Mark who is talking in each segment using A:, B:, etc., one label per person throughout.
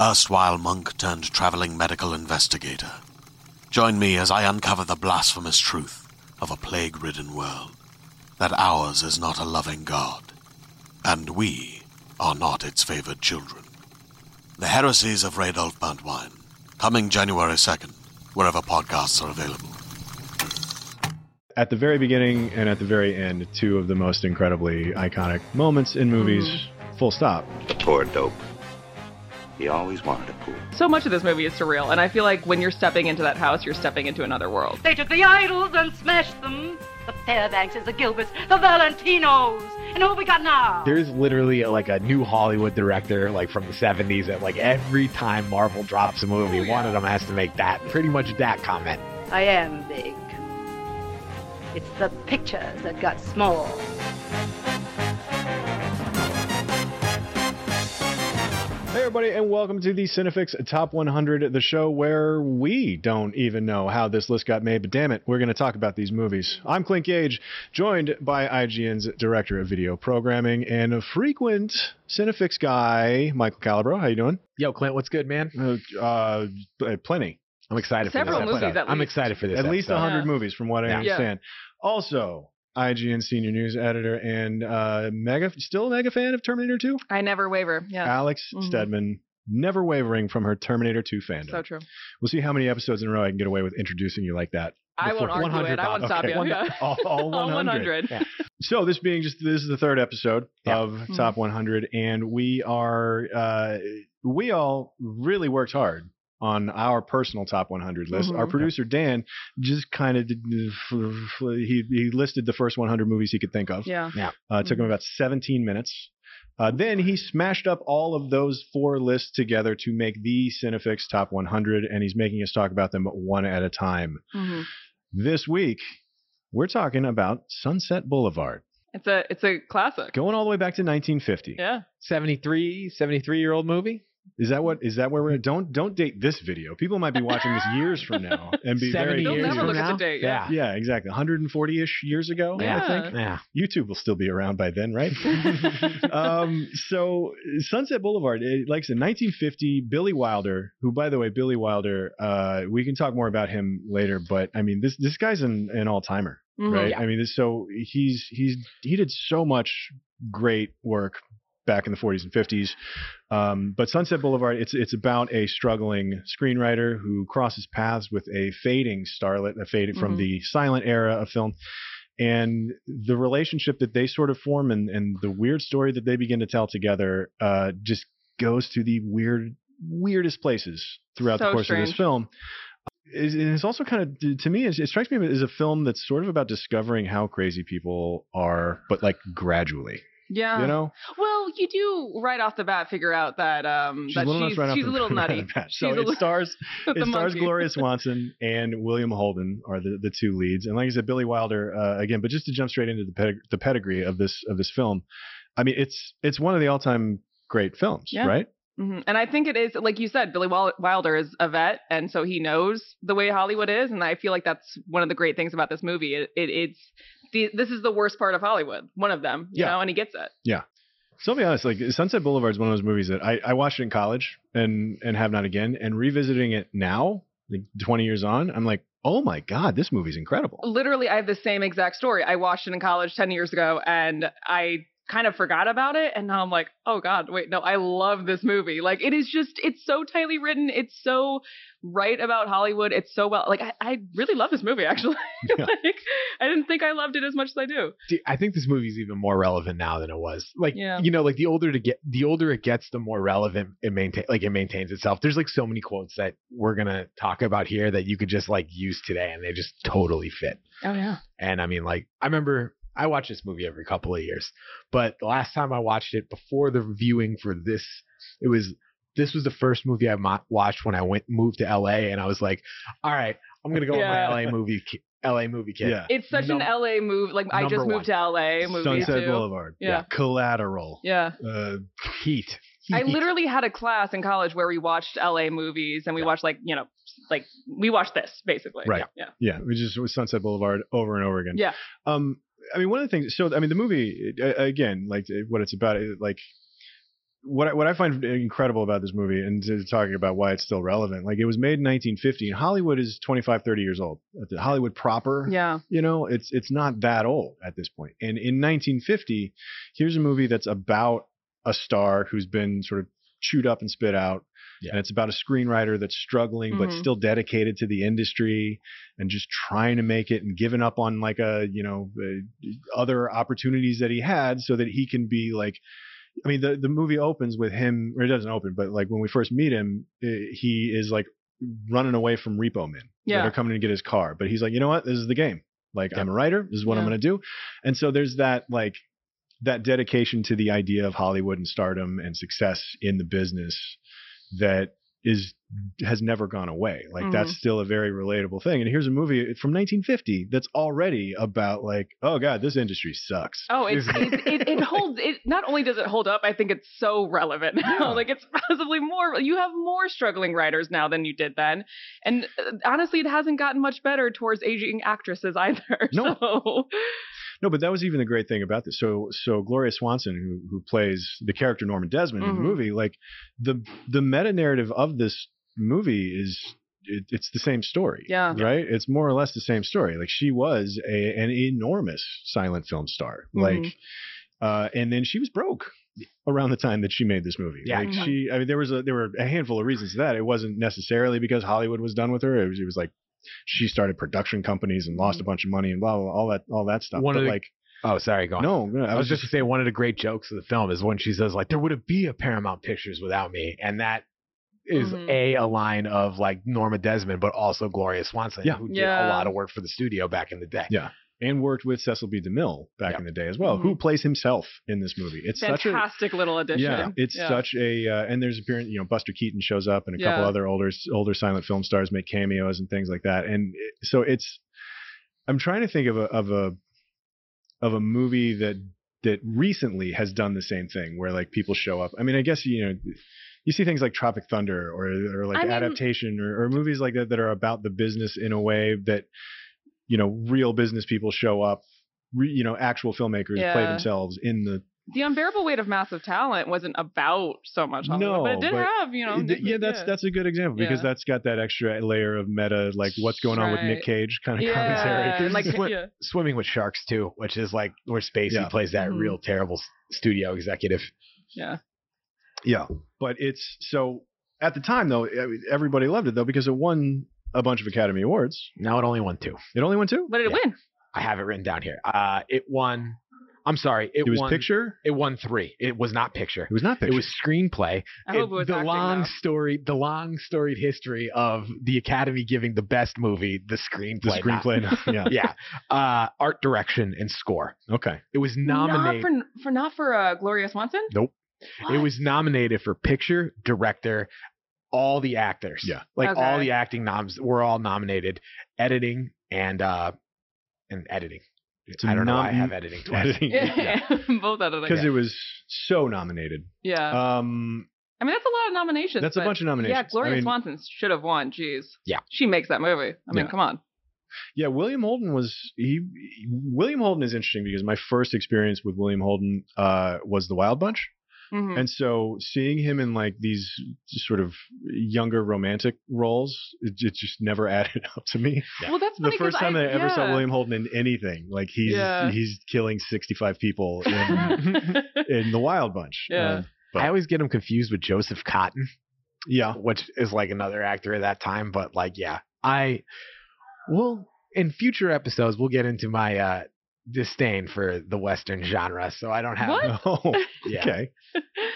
A: erstwhile monk turned traveling medical investigator. Join me as I uncover the blasphemous truth of a plague ridden world that ours is not a loving God, and we are not its favored children. The heresies of Radolf Burntwine, coming January 2nd, wherever podcasts are available.
B: at the very beginning and at the very end, two of the most incredibly iconic moments in movies. Full stop.
C: The poor dope. He always wanted a pool.
D: So much of this movie is surreal, and I feel like when you're stepping into that house, you're stepping into another world.
E: They took the idols and smashed them. The Fairbankses, the Gilberts, the Valentinos. And who we got now?
F: There's literally like a new Hollywood director, like from the 70s, that like every time Marvel drops a movie, one of them has to make that pretty much that comment.
E: I am big. It's the pictures that got small.
B: Hey, everybody, and welcome to the Cinefix Top 100, the show where we don't even know how this list got made, but damn it, we're going to talk about these movies. I'm Clint Gage, joined by IGN's Director of Video Programming and a frequent Cinefix guy, Michael Calabro. How you doing?
F: Yo, Clint, what's good, man?
B: Uh, uh, plenty.
F: I'm excited
D: Several
F: for this.
D: movies,
F: episode.
D: at
F: I'm
D: least.
F: excited for this.
B: At least
F: episode.
B: 100
D: Yeah.
B: movies, from what I
F: Yeah.
D: Yeah.
B: understand. Also, IGN senior news editor and uh, mega, still a mega fan of Terminator 2,
D: I never waver. Yeah.
B: Alex
D: Mhm.
B: Stedman, never wavering from her Terminator 2 fandom.
D: So true.
B: We'll see how many episodes in a row I can get away with introducing you like that.
D: I won't
B: Before-
D: argue it. I won't stop
B: okay.
D: you.
B: One-
D: Yeah.
B: all, all 100.
D: All 100.
F: Yeah.
B: So this being just this is the third episode
F: Yeah.
B: of
D: Mm-hmm.
B: Top 100, and we are uh, we all really worked hard on our personal top 100 list. Our
D: Mhm.
B: producer Dan just kind of he he listed the first 100 movies he could think of.
D: Yeah.
B: Uh, it took
D: Mm-hmm.
B: him about 17 minutes. Uh, then he smashed up all of those four lists together to make the Cinefix Top 100, and he's making us talk about them one at a time.
D: Mhm.
B: This week, we're talking about Sunset Boulevard,
D: It's a it's a classic.
B: going all the way back to 1950.
D: Yeah.
F: 73, 73 year old movie.
B: Is that what? Is that where we're? Don't don't date this video. People might be watching this years from now and be
F: 70
B: very.
D: They'll
F: years
D: never
F: from
B: confused.
D: look at the
F: now?
D: date, yeah.
B: Yeah, exactly. 140 ish years ago.
D: Yeah.
B: I think.
F: Yeah.
B: YouTube will still be around by then, right? um, so Sunset Boulevard, it, like I said, 1950, Billy Wilder, who, by the way, Billy Wilder, uh, we can talk more about him later, but I mean, this this guy's an, an all timer,
D: Mhm.
B: right?
F: Yeah.
B: I mean, this, so he's he's he did so much great work back in the 40s and 50s. Um, but Sunset Boulevard, it's it's about a struggling screenwriter who crosses paths with a fading starlet, a faded from
D: Mhm.
B: the silent era of film, and the relationship that they sort of form and and the weird story that they begin to tell together uh, just goes to the weird weirdest places throughout the
D: So
B: course of this
D: strange.
B: film. It's, it's also kind of to me, it, it strikes me as a film that's sort of about discovering how crazy people are, but like gradually,
D: Yeah.
B: you know.
D: Well, you do right off the bat figure out that um that
B: little nuts
D: she's,
B: right off
D: she's
B: the-
D: a little
B: right off
D: nutty.
B: the bat. So
D: she's
B: it
D: a little
B: stars
D: with
B: it
D: the
B: stars
D: monkey.
B: Gloria Swanson and William Holden are the, the two leads, and like I said, Billy Wilder uh, again. But just to jump straight into the pedig- the pedigree of this of this film, I mean, it's it's one of the all time great films,
D: Yeah.
B: right?
D: hmm And I think it is, like you said, Billy Wil- Wilder is a vet, and so he knows the way Hollywood is. And I feel like that's one of the great things about this movie. It, it it's the, this is the worst part of Hollywood, one of them, you
B: Yeah.
D: know, and he gets it.
B: So I'll be honest, like Sunset Boulevard is one of those movies that I, I watched in college and and have not again, and revisiting it now, like twenty years on, I'm like, oh my god,
D: Oh.
B: this movie's incredible.
D: Literally, I have the same exact story. I watched it in college 10 years ago, and I kind of forgot about it and now I'm like, "Oh god, wait, no, I love this movie." Like it is just it's so tightly written, it's so right about Hollywood, it's so well like I, I really love this movie actually.
F: Yeah.
D: like I didn't think I loved it as much as I do.
F: Dude, I think this movie's even more relevant now than it was. Like
D: Yeah.
F: you know, like the older to get, the older it gets, the more relevant it maintain like it maintains itself. There's like so many quotes that we're gonna talk about here that you could just like use today, and they just totally fit.
D: Oh yeah.
F: And I mean, like, I remember I watch this movie every couple of years, but the last time I watched it before the viewing for this, it was this was the first movie I mo- watched when I went moved to LA, and I was like, all right, I'm gonna go
D: Yeah.
F: with my LA movie, ki- LA movie kid.
B: Yeah.
D: It's such
F: Num-
D: an LA move. Like I just
F: number
D: moved to LA movie
B: Sunset
D: too.
B: Boulevard.
D: Yeah.
B: Collateral.
D: Yeah.
B: Uh,
F: Heat.
D: I literally had a class in college where we watched LA movies and we watched like, you know, like we watched this basically.
F: Right.
D: Yeah.
B: yeah, we just with Sunset Boulevard over and over again.
D: Yeah.
B: Um, I mean, one of the things. So, I mean, the movie uh, again, like uh, what it's about, uh, like what I, what I find incredible about this movie, and to talking about why it's still relevant. Like, it was made in 1950, and Hollywood is 25, 30 years old. Hollywood proper,
D: Yeah.
B: you know it's it's not that old at this point and in 1950 here's a movie that's about a star who's been sort of chewed up and spit out
F: Yeah.
B: and it's about a screenwriter that's struggling but
D: Mhm.
B: still dedicated to the industry and just trying to make it and giving up on like a you know uh, other opportunities that he had so that he can be like I mean, the, the movie opens with him, or it doesn't open, but like when we first meet him, uh, he is like running away from repo men
D: Yeah.
B: that are coming to get his car. But he's like, you know what? This is the game. Like, I'm a writer. This is what I'm
D: Yeah.
B: going to do. And so there's that, like, that dedication to the idea of Hollywood and stardom and success in the business that is has never gone away. Like
D: Mhm.
B: that's still a very relatable thing. And here's a movie from 1950 that's already about like, oh god, this industry sucks.
D: Oh, it's, it, it, it holds. It not only does it hold up, I think it's so relevant now.
B: Yeah.
D: like it's possibly more. You have more struggling writers now than you did then, and uh, honestly, it hasn't gotten much better towards aging actresses either.
B: No.
D: So,
B: No, but that was even the great thing about this. So, so Gloria Swanson, who who plays the character Norman Desmond in
D: Mhm.
B: the movie, like the the meta narrative of this movie is it, it's the same story.
D: Yeah.
B: Right. It's more or less the same story. Like she was a, an enormous silent film star.
D: Mhm.
B: Like, uh, and then she was broke around the time that she made this movie.
F: Yeah.
B: Like
D: Mhm.
B: she, I mean, there was a, there were a handful of reasons for that. It wasn't necessarily because Hollywood was done with her. It was, it was like, she started production companies and lost a bunch of money and blah blah, blah all that all that stuff.
F: One of
B: but
F: the-
B: like
F: Oh, sorry, go on.
B: no, no,
F: I was just to say one of the great jokes of the film is when she says like there wouldn't be a Paramount Pictures without me, and that is
D: Mhm.
F: a a line of like Norma Desmond, but also Gloria Swanson,
B: Yeah.
F: who did a
D: Yeah.
F: lot of work for the studio back in the day.
B: Yeah. and worked with Cecil B. DeMille back
F: Yeah.
B: in
F: Mm-hmm.
B: the day as well, who plays himself in this movie. It's such
D: fantastic little
B: a
D: addition.
B: yeah, it's such a uh, and there's appearance you know Buster Keaton shows up and a couple
D: Yeah.
B: other older older silent film stars make cameos and things like that. And it- so it's I'm trying to think of a of a of a movie that that recently has done the same thing where like people show up. I mean, I guess you know you see things like Tropic Thunder or or like
D: I mean-
B: adaptation or, or movies like that that are about the business in a way that you know real business people show up. Re, you know, actual filmmakers play
D: Yeah.
B: themselves in the.
D: The unbearable weight of massive talent wasn't about so much Hollywood, but
B: No,
D: it did
B: but-
D: have you know.
B: Th- yeah, that's that's a good example because
D: Yeah.
B: that's got that extra layer of meta, like what's going on with
D: Right.
B: Nick Cage kind of
D: yeah,
B: commentary.
D: and like
F: This is what-
D: yeah.
F: Swimming with Sharks too, which is like where Spacey
B: Yeah.
F: plays that
D: Mhm.
F: real terrible s- studio executive.
D: yeah.
B: Yeah, but it's so at the time though, I mean, everybody loved it though because it won a bunch of Academy Awards.
F: Now it only won two.
B: It only won two.
D: What did it
F: Yeah.
D: win?
F: I have it written down here. Uh, it won. I'm sorry. It,
B: It was
F: won,
B: picture.
F: It won three. It was not picture.
B: It was not picture.
F: It was screenplay.
D: I
F: it-
D: hope it was
F: the
D: acting,
F: long
D: though.
F: story, the long storied history of the Academy giving the best movie the screenplay.
B: the
F: nom-
B: screenplay. yeah.
F: yeah, uh, art direction and score.
B: Okay.
F: It was
D: Not
F: nominated.
D: for, for not for uh, Gloria Swanson.
F: Nope. It
D: What?
F: was nominated for picture, director, all the actors.
B: Yeah.
F: like all
D: Okay.
F: the acting noms were all nominated. Editing and uh, and editing.
B: a
F: I don't know. why I
B: nom-
F: have editing twice.
B: Editing.
D: Yeah, both out of
B: Because
D: yeah.
B: it was so nominated.
D: yeah.
B: Um,
D: I mean, that's a lot of nominations.
B: that's a
D: but-
B: bunch of nominations.
D: Yeah, Gloria
B: I mean,
D: Swanson should have won. Jeez.
F: Yeah.
D: She makes that movie. I mean,
B: Yeah.
D: come on.
B: Yeah, William Holden was he. William Holden is interesting because my first experience with William Holden uh, was The Wild Bunch,
D: Mhm.
B: And so seeing him in like these sort of younger romantic roles, it, it just never added up to me.
D: well, that's
B: The
D: funny 'cause
B: first time
D: I,
B: that I ever saw
D: yeah.
B: William Holden in anything, like he's
D: Yeah.
B: he's killing sixty five people in, in the Wild Bunch.
D: Yeah.
B: But-
F: I always get him confused with Joseph Cotton,
B: yeah,
F: which is like another actor at that time. But like, yeah, I will in future episodes we'll get into my uh disdain for the Western genre. So I don't have
D: What?
B: Oh,
F: Yeah.
B: okay.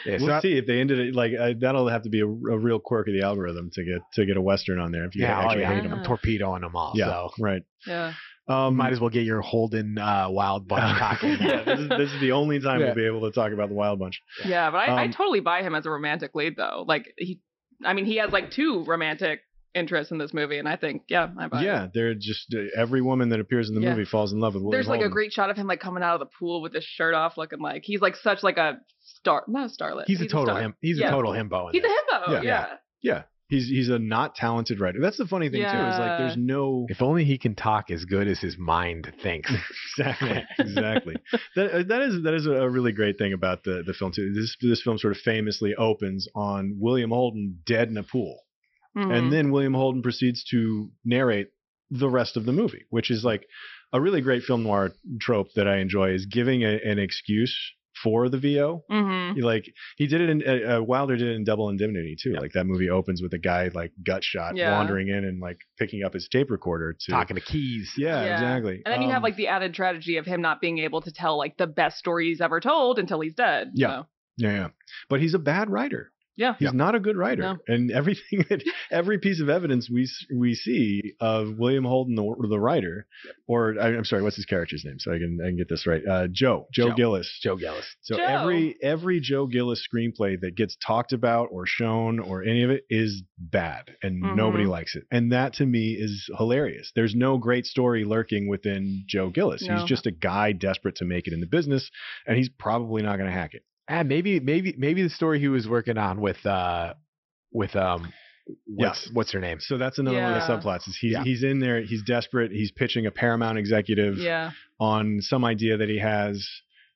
F: Yeah, so
B: we'll
F: I-
B: see if they ended it like I, that'll have to be a, a real quirk of the algorithm to get to get a western on there. If you
F: yeah, oh,
B: actually
F: yeah,
B: hate them,
F: I'm torpedoing them all.
B: yeah,
F: So
B: right.
D: yeah.
B: Um,
F: might as well get your Holden uh, Wild Bunch cock in there.
B: yeah, this is, this is the only time
F: Yeah.
B: we'll be able to talk about the Wild Bunch.
D: Yeah, but I, I
B: Um,
D: totally buy him as a romantic lead though. Like he, I mean, he has like two romantic interests in this movie, and I think yeah, I buy. it.
B: yeah, they're just uh, every woman that appears in the
D: Yeah.
B: movie falls in love with William.
D: There's like a
B: Holden.
D: great shot of him like coming out of the pool with his shirt off, looking like he's like such like a star, not a starlet.
F: He's, a total
D: star.
F: him. He's
D: Yeah.
F: a total himbo. In
D: He's a
F: this.
D: himbo.
B: Yeah.
D: Yeah.
B: He's he's a not talented writer. That's the funny thing too. Is like there's
D: Yeah.
B: no
F: if only he can talk as good as his mind thinks.
B: exactly exactly. that uh, that is that is a really great thing about the the film too. This this film sort of famously opens on William Holden dead in a pool.
D: Mhm.
B: and then William Holden proceeds to narrate the rest of the movie, which is like a really great film noir trope that I enjoy is giving a, an excuse for the VO.
D: Mhm.
B: He, Like he did it in uh, uh, Wilder did it in Double Indemnity too. Like that movie opens with a guy like gut shot
D: Yeah.
B: wandering in and like picking up his tape recorder to
F: Talking to keys.
B: Yeah,
D: Yeah.
B: exactly.
D: And then you have
B: Um,
D: like the added tragedy of him not being able to tell like the best story he's ever told until he's dead.
B: Yeah.
D: So,
B: yeah, yeah. But he's a bad writer.
D: yeah.
B: He's not a good writer,
D: No.
B: and everything that every piece of evidence we s- we see of William Holden, the, the writer, or I, am sorry, what's his character's name? So I can I can get this right. Uh, Joe, Joe
F: Joe.
B: Gillis.
F: Joe Gellis.
B: So
D: Joe.
B: every every Joe Gillis screenplay that gets talked about or shown or any of it is bad, and nobody
D: Mhm.
B: likes it. And that to me is hilarious. There's no great story lurking within Joe Gillis.
D: No.
B: He's just a guy desperate to make it in the business, and he's probably not going to hack it.
F: Ah, maybe, maybe, maybe the story he was working on with, uh, with um, what's
B: Yes.
F: what's her name?
B: So that's another one of the
D: Yeah.
B: subplots. Is he's
F: Yeah.
B: he's in there. He's desperate. He's pitching a Paramount executive
D: Yeah.
B: on some idea that he has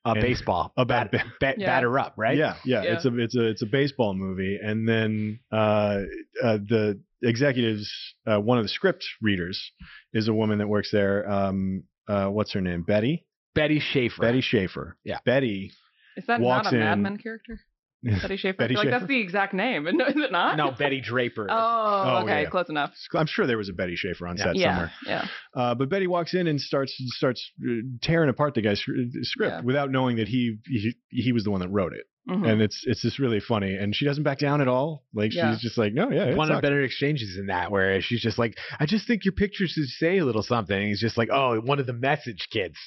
F: Uh,
B: And-
F: baseball.
B: about.
F: bat, bat,
D: Yeah.
F: batter up, right?
B: Yeah, yeah,
D: Yeah.
B: It's a it's a it's a baseball movie, and then uh, uh, the executives, uh, one of the script readers, is a woman that works there. Um, uh, what's her name? Betty.
F: Betty Schaefer.
B: Betty Schaefer.
F: Yeah.
B: Betty.
D: Is that
B: walks
D: not a Mad
B: in-
D: Men character? Betty Schaefer. I
B: Betty
D: feel like
B: Schaefer?
D: that's the exact name. No, is it not?
F: No, Betty Draper.
D: Oh,
B: Oh,
D: okay,
B: yeah.
D: close enough.
B: I'm sure there was a Betty Schaefer on set
D: yeah,
B: somewhere.
D: yeah.
B: Uh, but Betty walks in and starts starts uh, tearing apart the guy's uh, script
D: Yeah.
B: without knowing that he, he he was the one that wrote it.
D: Mhm.
B: and it's it's just really funny. And she doesn't back down at all. Like
D: Yeah.
B: she's just like, no, yeah, it
F: One of the
B: sucked."
F: better exchanges in that, where she's just like, "I just think your pictures should say a little something." And he's just like, "Oh, one of the message kids.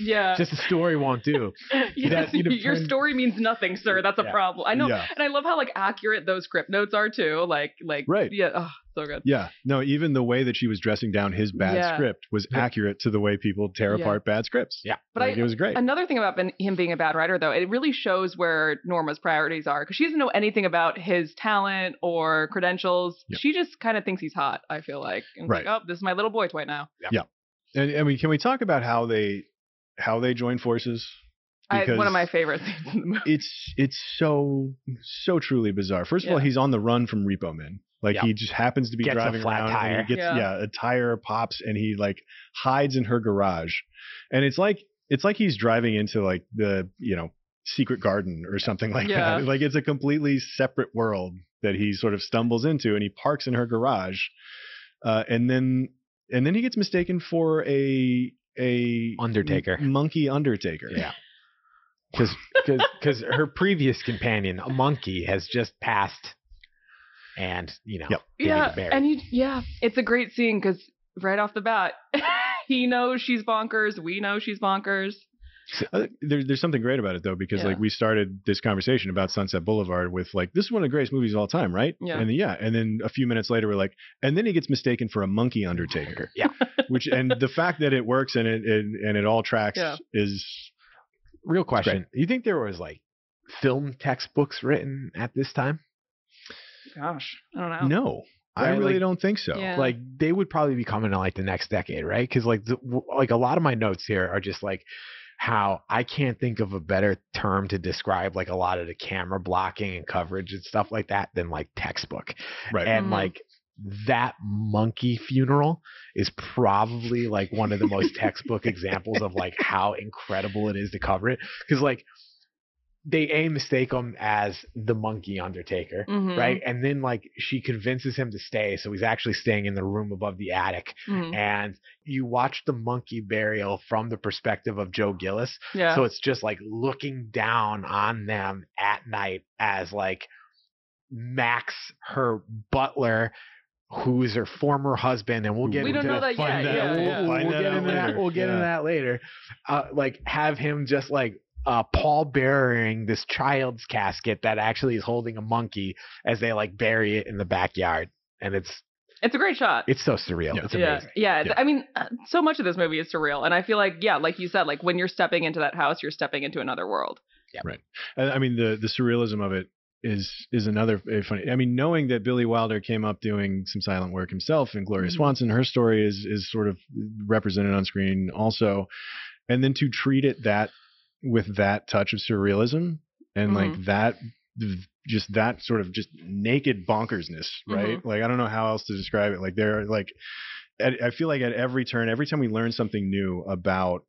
D: yeah.
F: Just a story won't do."
D: Yes,
F: you'd have
D: your
F: turned-
D: story means nothing, sir. That's a
F: Yeah.
D: problem. I know,
B: Yeah.
D: and I love how like accurate those script notes are too. Like, like,
B: Right.
D: Yeah, oh, so good.
B: Yeah, no, even the way that she was dressing down his bad
D: Yeah.
B: script was
F: Yeah.
B: accurate to the way people tear
D: Yeah.
B: apart bad scripts.
F: Yeah.
D: But
B: like,
D: I-
B: it was great.
D: Another thing about ben, him being a bad writer, though, it really shows where Norma's priorities are because she doesn't know anything about his talent or credentials.
B: Yeah.
D: She just kind of thinks he's hot. I feel like, and it's like, oh, this is my little boy toy now.
B: and I mean, can we talk about how they how they join forces?
D: I, one
B: Because-
D: of my favorite things in the movie.
B: it's it's so so truly bizarre. First of all,
D: Yeah.
B: he's on the run from Repo Man. Like
F: Yeah.
B: he just happens to be
F: Gets a
B: driving
F: flat
B: around and
F: tire.
B: he gets yeah.
D: Yeah.
B: a tire pops and he like hides in her garage. And it's like it's like he's driving into like the, you know, secret garden or something like
D: Yeah.
B: that. Like it's a completely separate world that he sort of stumbles into and he parks in her garage. Uh, and then and then he gets mistaken for a a
F: Undertaker.
B: monkey undertaker.
F: Yeah. Because because her previous companion, a monkey, has just passed, and you know,
B: Yep.
F: they need to
D: yeah
F: marry.
D: and you yeah it's a great scene because right off the bat he knows she's bonkers we know she's bonkers
B: I think there, there's something great about it though because like
D: Yeah.
B: we started this conversation about Sunset Boulevard with like this is one of the greatest movies of all time, right?
D: Yeah.
B: And then- yeah, and then a few minutes later we're like, and then he gets mistaken for a monkey undertaker.
F: Yeah.
B: Which and the fact that it works and it and, and it all tracks
D: Yeah.
B: is
F: Real question: You think there was like film textbooks written at this time?
D: gosh i don't know
B: no. I
F: Right,
B: really
F: like-
B: don't think so.
D: Yeah.
F: Like they would probably be coming in like the next decade, right? Because like the, w- like a lot of my notes here are just like how I can't think of a better term to describe like a lot of the camera blocking and coverage and stuff like that than like textbook.
B: Right.
F: And
D: Mhm.
F: like that monkey funeral is probably like one of the most textbook examples of like how incredible it is to cover it because like they a mistake him as the monkey undertaker
D: Mhm.
F: right and then like she convinces him to stay so he's actually staying in the room above the attic
D: Mhm.
F: and you watch the monkey burial from the perspective of joe gillis
D: Yeah.
F: so it's just like looking down on them at night as like Max, her butler, who is her former husband, and we'll get
D: We don't
F: into
D: know that
B: Find out.
D: yet. Yeah,
F: We'll,
D: yeah.
F: we'll
B: Find that
F: get
B: out
F: into that.
B: later.
F: We'll get into
B: Yeah.
F: that later. Uh, like have him just like uh, pallbearing this child's casket that actually is holding a monkey as they like bury it in the backyard, and it's
D: it's a great shot.
F: it's so surreal.
B: Yeah.
F: It's
D: yeah,
F: amazing.
D: yeah. th-
F: Yeah.
D: I mean, uh, so much of this movie is surreal, and I feel like, yeah, like you said, like when you're stepping into that house, you're stepping into another world.
B: I I mean, the the surrealism of it is is another eh, funny. I mean, knowing that Billy Wilder came up doing some silent work himself, and Gloria
D: Mhm.
B: Swanson, her story is is sort of represented on screen also, and then to treat it that with that touch of surrealism and like that just that sort of just naked bonkersness right like i don't know how else to describe it like there are like at, i feel like at every turn every time we learn something new about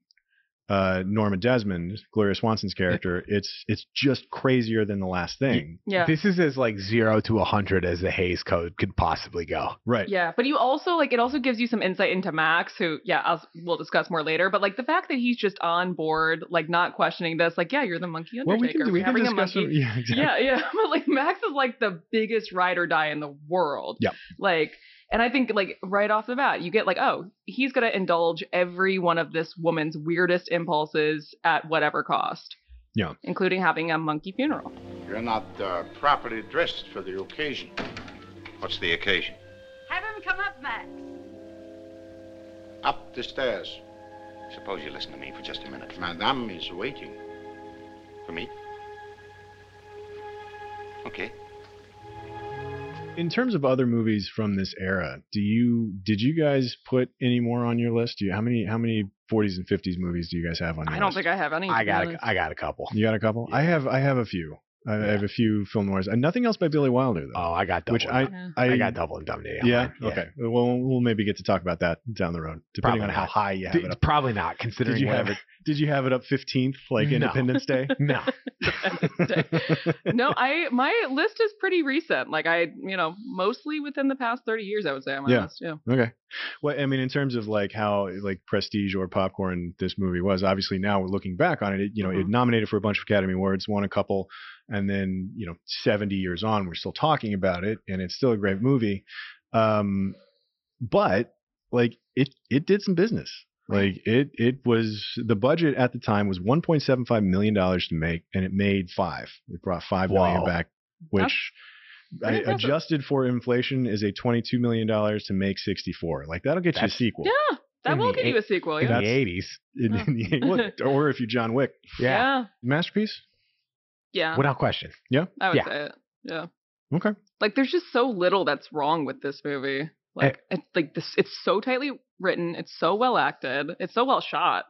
B: uh norma desmond gloria swanson's character it's it's just crazier than the last thing
D: Yeah,
F: This is as like zero to a hundred as the Hayes Code could possibly go.
B: right
D: yeah. But you also like it also gives you some insight into Max, who, yeah, I'll, we'll discuss more later. But like the fact that he's just on board, like not questioning this, like, yeah, you're the monkey
B: well we
D: undertaker.
B: can,
D: We're
B: we can
D: having a
B: discuss
D: monkey.
B: some, yeah exactly
D: Yeah, yeah. But like Max is like the biggest ride or die in the world.
B: Yep.
D: Like, and I think like right off the bat, you get like, oh, he's gonna indulge every one of this woman's weirdest impulses at whatever cost.
B: Yeah.
D: Including having a monkey funeral.
G: You're not uh, properly dressed for the occasion.
C: What's the occasion?
E: Have him come up, Max.
G: Up the stairs.
C: Suppose you listen to me for just a minute.
G: Madame is waiting.
C: For me? Okay.
B: in terms of other movies from this era do you did you guys put any more on your list do you how many how many 40s and 50s movies do you guys have on your
D: I don't
B: list?
D: think I have any. to
F: I
D: be
F: got
D: honest.
F: a, I got a couple.
B: You got a couple? I have. I have a few. I I have a few film noirs. And nothing else by Billy Wilder though.
F: Oh, I got double.
B: which I,
D: Yeah.
B: I
F: I got double and dumb Nail.
B: Yeah. Okay. Well, we'll maybe get to talk about that down the road, depending
F: Probably
B: on how
F: not.
B: high you have
F: D-
B: it up.
F: probably not considering
B: you have
F: whatever.
B: Did you have it up 15th, like
F: No.
B: Independence Day?
F: no,
D: no, I my list is pretty recent. Like I, you know, mostly within the past thirty years, I would say on my
B: Yeah.
D: list. Yeah.
B: okay. Well, I mean, in terms of like how like prestige or popcorn this movie was, obviously now we're looking back on it. it you know, it
D: Mhm.
B: nominated for a bunch of Academy Awards, won a couple, and then you know, 70 years on, we're still talking about it, and it's still a great movie. Um, but like it, it did some business. Like it, it was the budget at the time was 1.75 million dollars to make, and it made five. It brought five million
F: Wow.
B: back,
D: That's
B: which
D: pretty
B: I-
D: impressive.
B: adjusted for inflation is a 22 million dollars to make 64. Like that'll get you a
F: That's-
B: sequel.
D: Yeah. That
F: In
D: will
F: the
D: get you a sequel.
F: in
D: Yeah.
F: the eighties.
B: In, in the, what- or if you John Wick
F: Yeah.
D: Yeah.
B: masterpiece.
D: Yeah.
F: without question.
D: I would
F: yeah.
D: say it. Yeah.
B: Okay.
D: like there's just so little that's wrong with this movie like it's like this it's so tightly written it's so well acted it's so well shot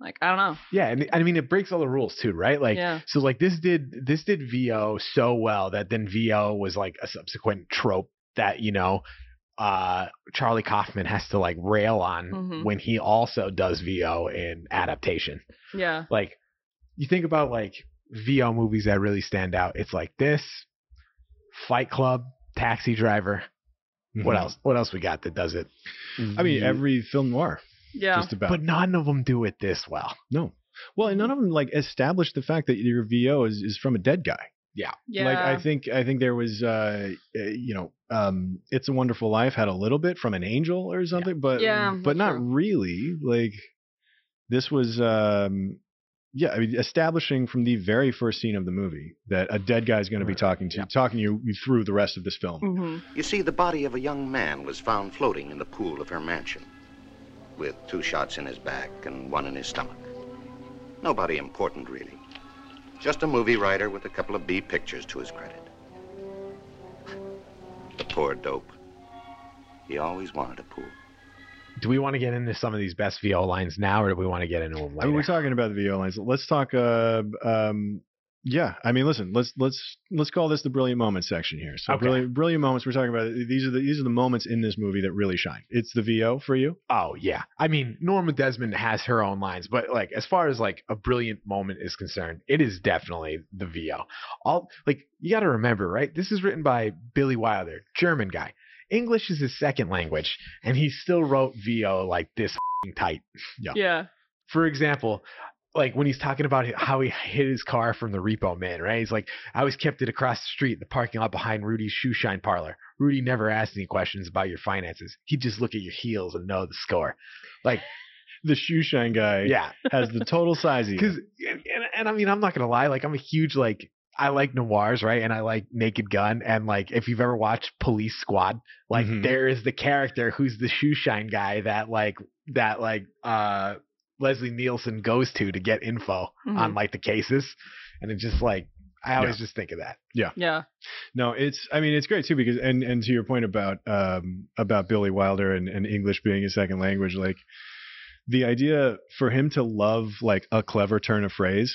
D: like i don't know
F: Yeah, and I mean it breaks all the rules too, right? Like.
D: yeah
F: So like this did this did VO so well that then VO was like a subsequent trope that you know uh Charlie Kaufman has to like rail on
D: Mhm.
F: when he also does VO in adaptation.
D: yeah
F: like you think about like VO movies that really stand out. It's like this, Fight Club, Taxi Driver. What
B: Mhm.
F: else? What else we got that does it?
B: I mean, every film noir,
D: yeah
B: just about.
F: but none of them do it this well.
B: no. Well, and none of them like establish the fact that your VO is, is from a dead guy.
D: yeah
B: Like I think I think there was uh uh, you know um It's a Wonderful Life had a little bit from an angel or something, but mm,
D: Yeah,
B: but
D: that's
B: not
D: true.
B: really. Like this was um yeah, I mean establishing from the very first scene of the movie that a dead guy is going to be
F: Right,
B: talking to
F: yeah.
B: talking to you, you through the rest of this film.
D: Mhm.
C: You see, the body of a young man was found floating in the pool of her mansion, with two shots in his back and one in his stomach. Nobody important, really. Just a movie writer with a couple of B pictures to his credit. The poor dope. He always wanted a pool.
F: do we want to get into some of these best VO lines now, or do we want to get into them
B: I mean,
F: later?
B: we're talking about the VO lines. Let's talk. Uh, um, yeah, I mean, listen, let's let's let's call this the brilliant moments section here. So
F: Okay.
B: brilliant, brilliant moments. We're talking about these are the these are the moments in this movie that really shine. It's the VO for you.
F: oh yeah, I mean Norma Desmond has her own lines, but like as far as like a brilliant moment is concerned, it is definitely the VO. All like you got to remember, right? This is written by Billy Wilder, German guy. English is his second language, and he still wrote VO like this tight.
D: Yeah.
F: for example, like when he's talking about how he hid his car from the repo man, right? He's like, I always kept it across the street in the parking lot behind Rudy's shoe shine parlor. Rudy never asked any questions about your finances. He'd just look at your heels and know the score.
B: The shoe shine guy
F: Yeah.
B: has the total size. of you.
F: Cause, and, and, and I mean, I'm not going to lie. Like, I'm a huge, like, I like noirs, right? And I like Naked Gun. And, like, if you've ever watched Police Squad, like,
B: Mhm.
F: there is the character who's the shoe shine guy that, like, that, like, uh, Leslie Nielsen goes to to get info. on
D: Mhm.
F: like the cases and it's just like i always just think of that
D: Yeah.
B: No, it's I mean it's great too because and and to your point about um about Billy Wilder and, and English being his second language, like the idea for him to love like a clever turn of phrase,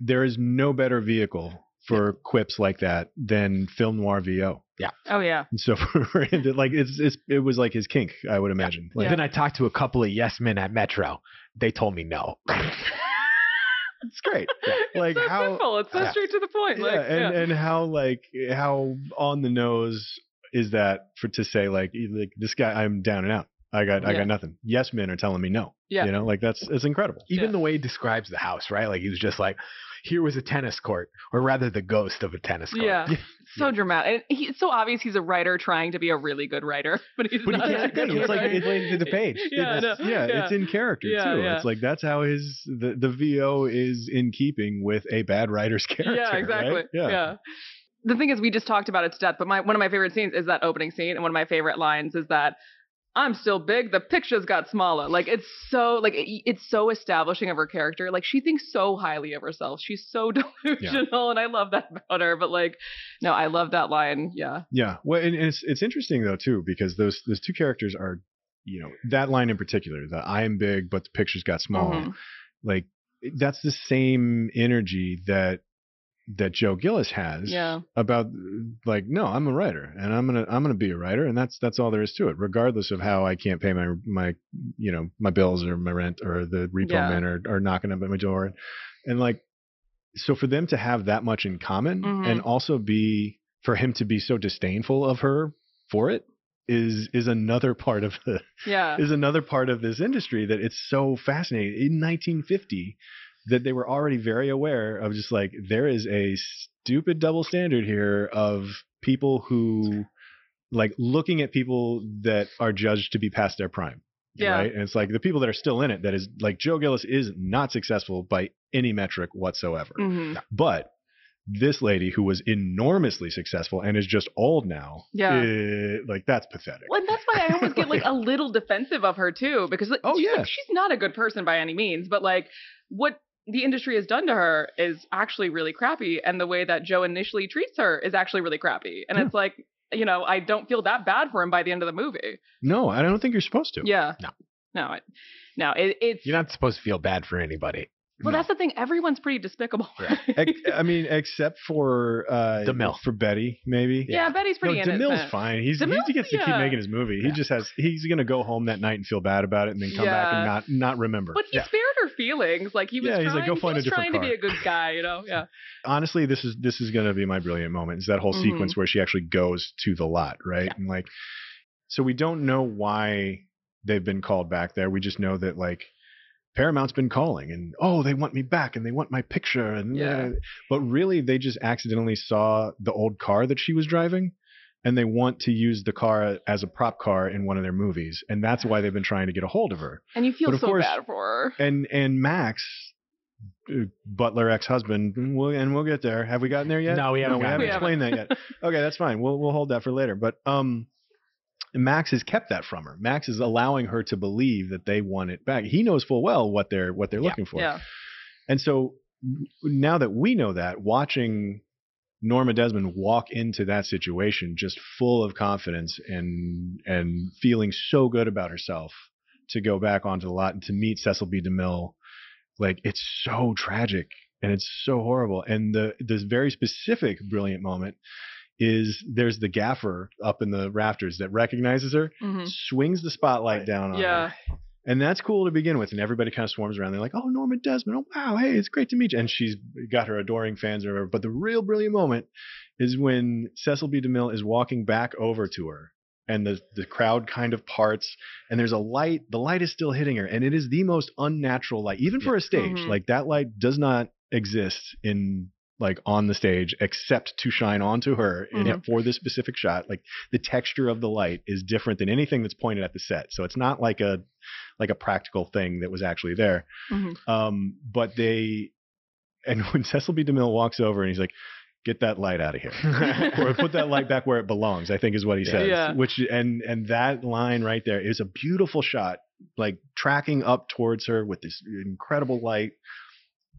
B: there is no better vehicle for quips like that than film noir VO.
D: Oh yeah.
B: And so for him to, like it's, it's it was like his kink, I would imagine. Like,
D: Yeah.
F: then i talked to a couple of yes men at metro they told me no
B: It's great.
D: It's
B: Like
D: so
B: how
D: simple. It's so
F: yeah.
D: straight to the point.
B: yeah,
D: Like, yeah.
B: and and how like how on the nose is that for to say like you- like this guy I'm down and out. I got I
D: Yeah.
B: got nothing. Yes men are telling me no.
D: Yeah.
B: You know, like that's it's incredible.
F: even
D: Yeah.
F: the way he describes the house right like he was just like here was a tennis court or rather the ghost of a tennis court
D: Yeah. so dramatic. And he, it's so obvious he's a writer trying to be a really good writer, but he's
F: But he
D: not.
F: can't
D: a
F: think.
D: good
F: It's like-
D: writer.
F: it's related to the page.
D: Yeah, I
B: it's,
D: know.
B: yeah, it's in character
D: Yeah,
B: too.
D: yeah.
B: It's like that's how his the, the VO is in keeping with a bad writer's character.
D: Yeah, exactly.
B: right?
D: Yeah. The thing is, we just talked about its death, but my one of my favorite scenes is that opening scene, and one of my favorite lines is that I'm still big. The pictures got smaller. Like it's so like it, it's so establishing of her character. Like she thinks so highly of herself. She's so delusional, and I love that about her. But like, no, I love that line. Yeah,
B: Yeah. Well, and and it's it's interesting though too because those those two characters are, you know, that line in particular, the I am big but the pictures got small.
D: Mhm.
B: Like eh, that's the same energy that that Joe Gillis has
D: yeah,
B: about uh, like no, I'm a writer and I'm going to I'm going to be a writer and that's that's all there is to it regardless of how I can't pay my my you know, my bills or my rent or the repo
D: Yeah.
B: men are are knocking up at my door and, and like so for them to have that much in common
D: Mhm.
B: and also be for him to be so disdainful of her for it is is another part of the
D: yeah.
B: is another part of this industry that it's so fascinating in 1950 that they were already very aware of just like there is a stupid double standard here of people who like looking at people that are judged to be past their prime
D: Yeah.
B: right and it's like the people that are still in it that is like joe gillis is not successful by any metric whatsoever
D: Mhm.
B: but this lady who was enormously successful and is just old now
D: Yeah.
B: eh, like that's pathetic
D: Well, and that's why I almost get like a little defensive of her too, because like,
B: Oh,
D: she's, like,
B: yeah.
D: she's not a good person by any means, but like what the industry has done to her is actually really crappy, and the way that Joe initially treats her is actually really crappy, and
B: Yeah.
D: it's like you know I don't feel that bad for him by the end of the movie.
B: no i don't think you're supposed to
D: Yeah.
F: No.
D: No. It, no. It, it's
F: you're not supposed to feel bad for anybody
D: well. That's the thing. Everyone's pretty despicable.
F: Yeah.
B: Ex- uh, I mean, except for uh
F: DeMille.
B: for Betty, maybe.
D: yeah, Betty's
B: No,
D: pretty innocent.
B: DeMille's fine. He's
D: DeMille's-
B: he gets to keep
D: yeah.
B: making his movie. He
F: Yeah.
B: just has he's gonna go home that night and feel bad about it, and then come back
D: Yeah.
B: and not not remember.
D: But he spared her feelings. Like he was
B: Yeah,
D: trying,
B: he's like, "Go find
D: he
B: a
D: was
B: different
D: trying to be a good guy, you know? Yeah.
B: Honestly, this is this is gonna be my brilliant moment. Is that whole
D: Mhm.
B: sequence where she actually goes to the lot, right? And like, so we don't know why they've been called back there. We just know that like. Paramount's been calling and oh they want me back and they want my picture and uh,
D: Yeah.
B: but really they just accidentally saw the old car that she was driving and they want to use the car as a prop car in one of their movies and that's why they've been trying to get a hold of her
D: And you feel
B: But of
D: so
B: course-
D: bad for her.
B: and and Max uh, Butler ex-husband we'll, and we'll get there have we gotten there yet
F: No, we haven't
B: we
F: gotten
B: haven't
D: there.
B: explained that yet okay that's fine we'll we'll hold that for later but um Max has kept that from her Max is allowing her to believe that they want it back he knows full well what they're what they're
F: Yeah.
B: looking for
D: Yeah.
B: and so w- now that we know that, watching Norma Desmond walk into that situation just full of confidence and and feeling so good about herself to go back onto the lot and to meet Cecil B. DeMille. Like it's so tragic and it's so horrible. And the this very specific brilliant moment is there's the gaffer up in the rafters that recognizes her,
D: Mhm.
B: swings the spotlight down on her.
D: Yeah.
B: And that's cool to begin with. And everybody kind of swarms around. They're like, oh, Norma Desmond. Oh, wow. Hey, it's great to meet you. And she's got her adoring fans or whatever. But the real brilliant moment is when Cecil B. DeMille is walking back over to her and the, the crowd kind of parts and there's a light. The light is still hitting her. And it is the most unnatural light, even for a stage.
D: Mhm.
B: Like that light does not exist in like on the stage except to shine onto her in
D: Mhm.
B: for this specific shot like the texture of the light is different than anything that's pointed at the set so it's not like a like a practical thing that was actually there.
D: Mhm.
B: Um, but they, and when Cecil B. DeMille walks over and he's like, "Get that light out of here," or "Put that light back where it belongs," I think is what he says.
D: Yeah.
B: Which and and that line right there is a beautiful shot, like tracking up towards her with this incredible light.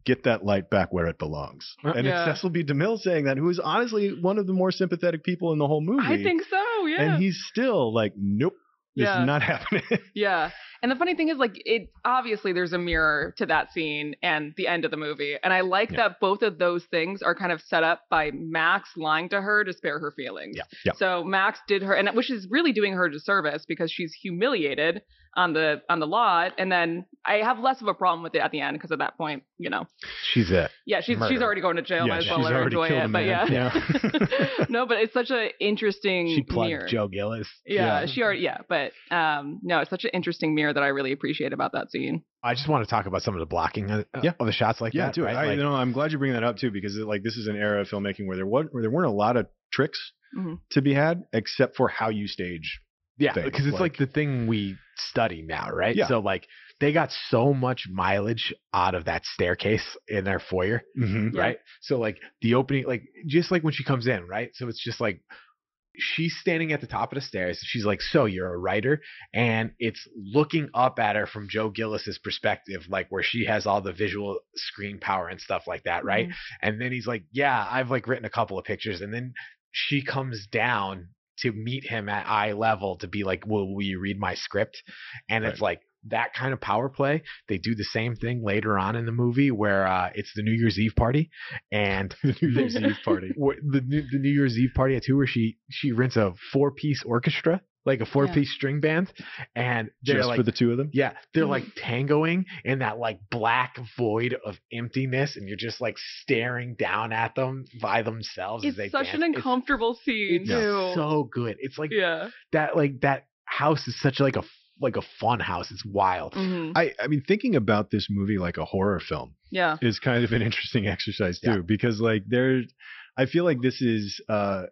B: Get that light back where it belongs, and
D: Yeah.
B: it's Cecil B. DeMille saying that, who is honestly one of the more sympathetic people in the whole movie.
D: I think so. Yeah.
B: and he's still like, "Nope, this
D: Yeah.
B: is not happening."
D: Yeah. And the funny thing is, like, it obviously there's a mirror to that scene and the end of the movie. And I like
B: Yeah.
D: that both of those things are kind of set up by Max lying to her to spare her feelings.
B: yeah, yeah.
D: So Max did her, and which is really doing her a disservice because she's humiliated on the on the lot. And then I have less of a problem with it at the end because at that point, you know,
F: She's a
D: yeah, she's she's
F: Murder.
D: already going to jail. Might as well
B: she's
D: let her
B: already
D: enjoy
B: killed a
D: it. But yeah,
B: man.
D: no, but it's such an interesting
F: she plugged
D: mirror.
F: Joe Gillis.
D: Yeah,
B: Yeah.
D: she already. Yeah, but um, no, it's such an interesting mirror that I really appreciate about that scene.
F: I just want to talk about some of the blocking of,
B: Yeah.
F: of the shots like
B: yeah,
F: that.
B: too.
F: right?
B: I,
F: Like,
B: you know, I'm glad you bring that up too, because like this is an era of filmmaking where there was where there weren't a lot of tricks
D: Mhm.
B: to be had, except for how you stage.
F: Yeah,
B: thing,
F: because it's
B: like-
F: like, the thing we study now, right?
B: Yeah.
F: So like they got so much mileage out of that staircase in their foyer,
B: Mm-hmm.
D: Yeah.
F: right? So like the opening, like just like when she comes in, right? So it's just like she's standing at the top of the stairs. She's like, "So you're a writer," and it's looking up at her from Joe Gillis's perspective, like where she has all the visual screen power and stuff like that, right? And then he's like, Yeah, I've like written a couple of pictures. And then she comes down to meet him at eye level to be like, Well, will you read my script? And it's like that kind of power play. They do the same thing later on in the movie where uh, it's the New Year's Eve party. And the New
D: Year's Eve
F: party. the, New, the New Year's Eve party at two where she she rents a four piece orchestra, like a four piece string band. And they're
B: Just
F: like
B: for the two of them.
F: yeah, they're like tangoing in that like black void of emptiness, and you're just like staring down at them by themselves.
D: It's
F: as they
D: such an
F: dance. It's-
D: uncomfortable scene
F: It's,
D: too.
F: so good. It's like
D: yeah.
F: that. Like that house is such like a like a fun house. It's wild.
D: Mhm.
B: I, I mean, thinking about this movie like a horror film
D: Yeah.
B: is kind of an interesting exercise too,
F: Yeah.
B: because like there, I feel like this is. uh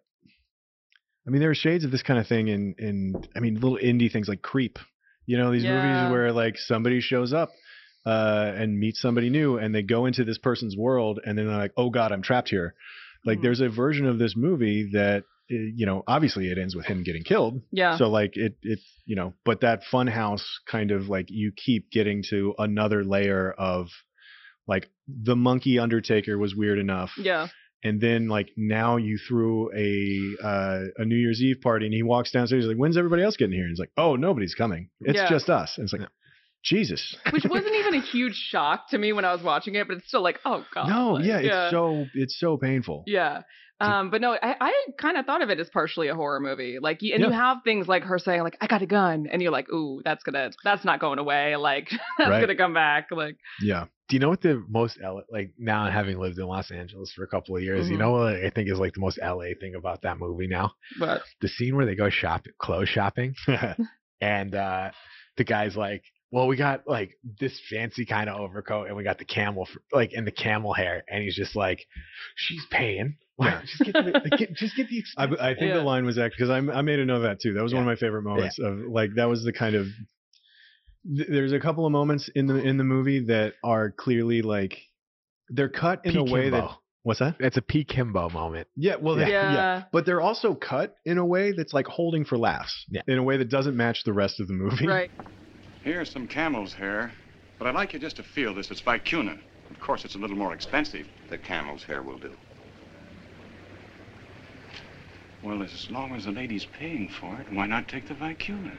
B: I mean, there are shades of this kind of thing in in I mean, little indie things like Creep. You know, these
D: Yeah.
B: movies where like somebody shows up uh, and meets somebody new, and they go into this person's world, and then they're like, "Oh God, I'm trapped here." Like,
D: Mhm.
B: there's a version of this movie that uh, you know, obviously, it ends with him getting killed,
D: Yeah.
B: so like it it you know, but that funhouse kind of like you keep getting to another layer of like the monkey undertaker was weird enough.
D: yeah.
B: And then like now you threw a uh, a New Year's Eve party and he walks downstairs he's like when's everybody else getting here? And he's like oh nobody's coming. It's
D: Yeah.
B: just us. And it's like Jesus.
D: Which wasn't even a huge shock to me when I was watching it, but it's still like, oh god.
B: no,
D: like,
B: yeah, it's so it's so painful.
D: Yeah. Um, but no, I, I kind of thought of it as partially a horror movie. Like, y- and you have things like her saying, like, "I got a gun," and you're like, "Ooh, that's gonna, that's not going away. Like, that's
B: Right.
D: gonna come back." Like,
B: Yeah.
F: Do you know what the most L- like now having lived in Los Angeles for a couple of years? You
D: Mhm.
F: know what I think is like the most LA thing about that movie now?
D: but
F: the scene where they go shop clothes shopping and uh the guy's like well we got like this fancy kind of overcoat and we got the camel f like and the camel hair and he's just like she's paying Why-
B: Yeah.
F: just get the, like, get, just get the
B: I,
F: expensive
B: I think
D: Yeah.
B: the line was actually because I I made a note of that too. That was one of my favorite moments of like that was the kind of th- there's a couple of moments in the in the movie that are clearly like they're cut in a way that
F: Kimbo.
B: what's that?
F: that's a P Kimbo moment
B: Yeah, well
D: yeah,
B: they- But they're also cut in a way that's like holding for laughs.
F: Yeah.
B: In a way that doesn't match the rest of the movie.
D: right.
G: Here's some camel's hair, but I'd like you just to feel this. It's vicuna. Of course, it's a little more expensive.
C: The camel's hair will do.
G: Well, as long as the lady's paying for it, why not take the vicuna?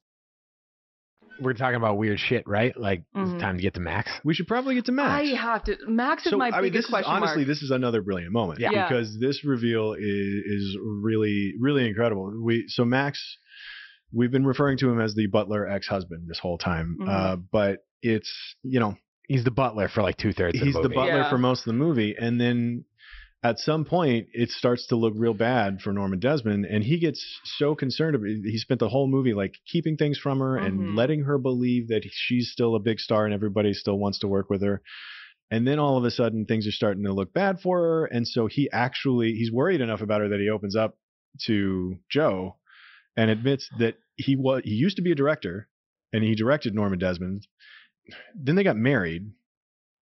F: We're talking about weird shit, right? Like
B: Mm-hmm.
D: Mhm.
F: it's time to get to Max.
B: We should probably get to Max.
D: I have to. Max is
B: so
D: my
B: I mean, this
D: biggest
B: is
D: question
B: honestly,
D: mark.
B: this is another brilliant moment.
D: Yeah. Yeah.
B: Because this reveal is is really really incredible. We so Max, we've been referring to him as the butler ex husband this whole time,
D: Mhm.
B: uh, but it's you know
F: He's the butler for like two thirds.
B: he's
F: of
B: the,
F: the, movie.
B: butler
D: Yeah.
B: for most of the movie, and then at some point it starts to look real bad for Norman Desmond, and he gets so concerned. About, he spent the whole movie like keeping things from her
D: Mhm.
B: and letting her believe that she's still a big star and everybody still wants to work with her. And then all of a sudden things are starting to look bad for her, and so he actually he's worried enough about her that he opens up to Joe and admits that he was he used to be a director and he directed Norman Desmond. Then they got married,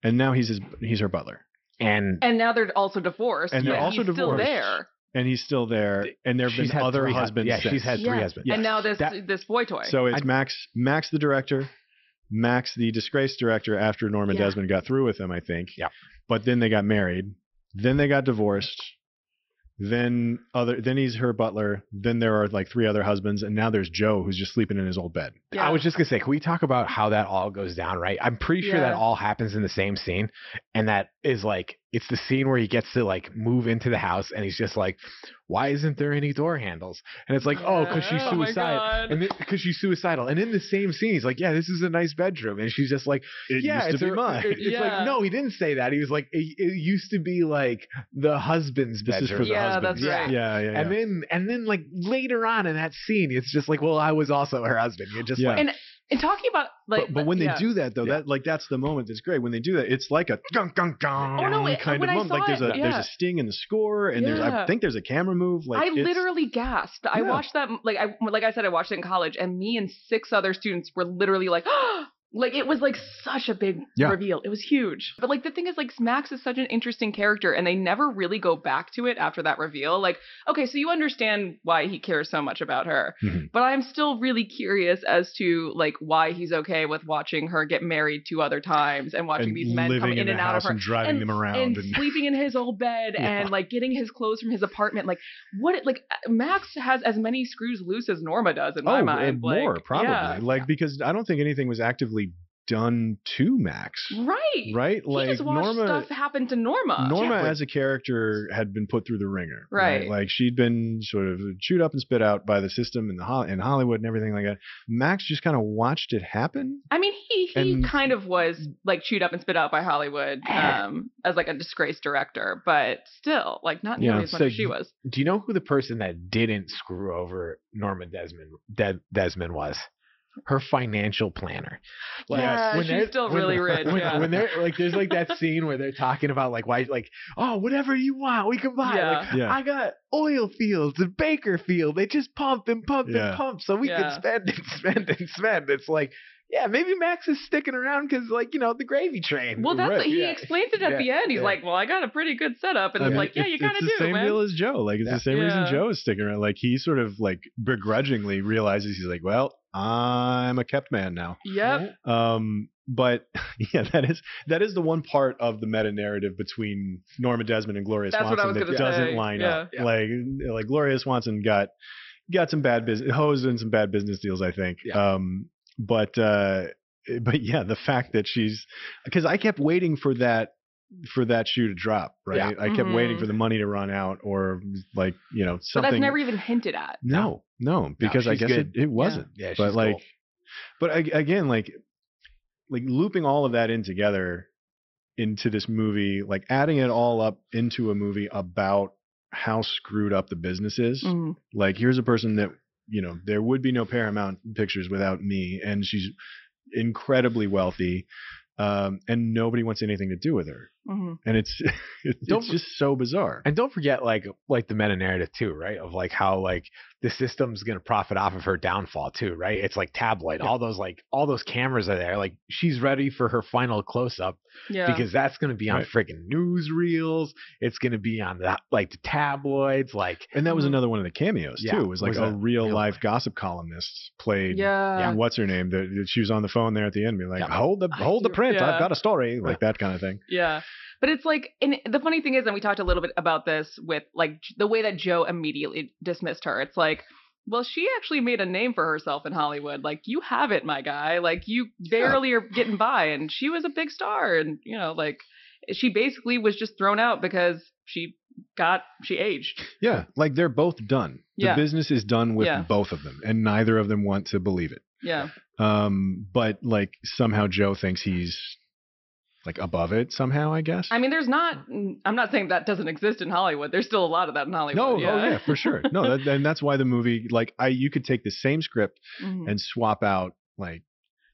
B: and now he's his, he's her butler,
F: And
D: and now they're also divorced.
B: And they're
D: but
B: also
D: he's Still
B: divorced.
D: there.
B: and he's still there. And there have
F: she's
B: been
F: had
B: other
F: three hus-
B: husbands.
F: Yeah,
B: since.
F: she's had
D: Yeah.
F: three husbands.
D: And now this
F: That-
D: this boy toy.
B: So it's
F: I-
B: Max Max the director, Max the disgraced director after Norman
D: Yeah.
B: Desmond got through with him, I think.
F: Yeah.
B: But then they got married, then they got divorced, then other then he's her butler, then there are like three other husbands, and now there's Joe who's just sleeping in his old bed.
D: yeah.
F: I was just gonna say, can we talk about how that all goes down, right? I'm pretty sure
D: Yeah.
F: that all happens in the same scene, and that is like it's the scene where he gets to like move into the house, and he's just like, "Why isn't there any door handles?" And it's like, "Oh, because she's
D: Oh my God.
F: suicidal, and because she's suicidal." And in the same scene, he's like, "Yeah, this is a nice bedroom," and she's just like,
B: It
F: "Yeah,
B: used
F: it's
B: to be
F: a-
B: mine.
F: it- it's
D: Yeah.
F: like, no, he didn't say that. He was like, "It, it used to be like the husband's
B: This is
F: bedroom."
B: for the
D: Yeah,
B: husband.
D: that's right.
B: Yeah, yeah, yeah.
F: And then, and then, like later on in that scene, it's just like, well, I was also her husband. You're just
B: Yeah.
F: like,
D: And- and talking about like,
B: but, but when they
D: yeah.
B: do that though,
F: Yeah.
B: that like that's the moment that's great. When they do that, it's like a gung gung gung
D: Oh, no, it-
B: kind of
D: when I
B: moment. Like
D: saw
B: there's
D: it,
B: a
D: yeah.
B: there's a sting in the score, and there's I
D: Yeah.
B: think there's a camera move. Like
D: I
B: it's-
D: literally gasped. I
B: Yeah.
D: watched that like I like I said I watched it in college and me and six other students were literally like like it was like such a big
F: Yeah.
D: reveal. It was huge. But like the thing is like Max is such an interesting character and they never really go back to it after that reveal. Like okay, so you understand why he cares so much about her.
B: Mhm.
D: But I'm still really curious as to like why he's okay with watching her get married two other times and watching
B: and
D: these men come
B: living
D: in,
B: a
D: and out of
B: house
D: her
B: and driving them around.
D: and,
B: And,
D: sleeping in his old bed
B: Yeah.
D: and like getting his clothes from his apartment. Like what? it- Like uh, Max has as many screws loose as Norma does in my
B: oh,
D: mind.
B: and
D: like,
B: more probably.
D: yeah.
B: Like because I don't think anything was actively done to Max,
D: Right.
B: right? Like
D: he just watched
B: Norma.
D: stuff happen to Norma.
B: Norma
F: Yeah, but-
B: as a character had been put through the ringer,
D: Right.
B: Like she'd been sort of chewed up and spit out by the system and the Hol- and Hollywood and everything like that. Max just kind of watched it happen.
D: I mean, he he
B: And- Eh.
D: kind of was like chewed up and spit out by Hollywood um, as like a disgraced director, but still like not nearly
F: Yeah,
D: as much
F: so
D: as she
F: you-
D: was.
F: do you know who the person that didn't screw over Norma Desmond De- Desmond was? Her financial planner.
D: Yeah, she's
F: they're-
D: still really rich,
F: When,
D: yeah.
F: when they're like, there's like that scene where they're talking about like why, like, oh, whatever you want, we can buy. Like,
B: Yeah.
F: I got oil fields and Baker Field. They just pump and pump
B: Yeah.
F: and pump, so we
D: Yeah.
F: can spend and spend and spend. It's like, yeah, maybe Max is sticking around because like you know the gravy train.
D: Well, that's
B: Right,
D: he
F: yeah.
D: explains it at
F: Yeah,
D: the end. He's
F: yeah.
D: like, "Well, I got a pretty good setup," and
B: I
D: it's
B: mean,
D: like, "Yeah,
B: it's-
D: you kind of
B: It's
D: do,
B: the same
D: man."
B: deal as Joe. Like it's
F: Yeah.
B: the same reason
D: Yeah.
B: Joe is sticking around. Like he sort of like begrudgingly realizes he's like, well, I'm a kept man now.
D: yep.
B: Um, but yeah, that is that is the one part of the meta narrative between Norma Desmond and Gloria
D: That's what I
B: Swanson that
D: was gonna
B: doesn't
D: say,
B: line up.
F: yeah. Yeah.
B: Like like Gloria Swanson got got some bad business hosed in some bad business deals, I think.
F: Yeah.
B: Um, but uh, but yeah, the fact that she's because I kept waiting for that for that shoe to drop,
F: Yeah.
B: right? I kept waiting
D: Mhm.
B: for the money to run out or like you know
D: But
B: something.
D: that's never even hinted at.
B: no, no, because I
F: she's
B: guess it,
F: good.
B: it wasn't
F: yeah, she's
B: but like
F: cool.
B: but ag- again like like looping all of that in together into this movie, like adding it all up into a movie about how screwed up the business is.
D: Mhm.
B: Like here's a person that you know there would be no Paramount Pictures without me, and she's incredibly wealthy, um, and nobody wants anything to do with her.
D: Mm-hmm.
B: And it's it's,
F: Don't
B: it's just so bizarre.
F: And don't forget, like, like the meta narrative too, right? Of like how like the system's gonna profit off of her downfall too, right? It's like tabloid. All those like all those cameras are there. Like she's ready for her final close up
D: Yeah.
F: because that's gonna be on
B: Right.
F: friggin' newsreels. It's gonna be on that like the tabloids. Like,
B: And that was another one of the cameos
F: Yeah,
B: too. Was like
F: was
B: a
F: a
B: real life gossip columnist played.
D: Yeah.
B: What's her name? That that she was on the phone there at the end, being like,
F: Yeah.
B: "Hold the hold the
D: do-
B: print. I've
D: yeah.
B: got a story." Like that kind of thing.
D: Yeah. But it's like, and the funny thing is, and we talked a little bit about this with like J- the way that Joe immediately dismissed her. It's like, well, she actually made a name for herself in Hollywood. Like, you have it, my guy. Like, you barely are getting by, and she was a big star, and you know, like, she basically was just thrown out because she got she aged.
B: Yeah. Like they're both done. The
D: Yeah.
B: business is done with
D: Yeah.
B: both of them, and neither of them want to believe it.
D: Yeah.
B: Um, but like somehow Joe thinks he's like above it somehow. I guess.
D: I mean, there's not. I'm not saying that doesn't exist in Hollywood. There's still a lot of that in Hollywood.
B: No,
D: yeah.
B: oh yeah, for sure. No, that, and that's why the movie, like, I you could take the same script
D: Mhm.
B: and swap out, like,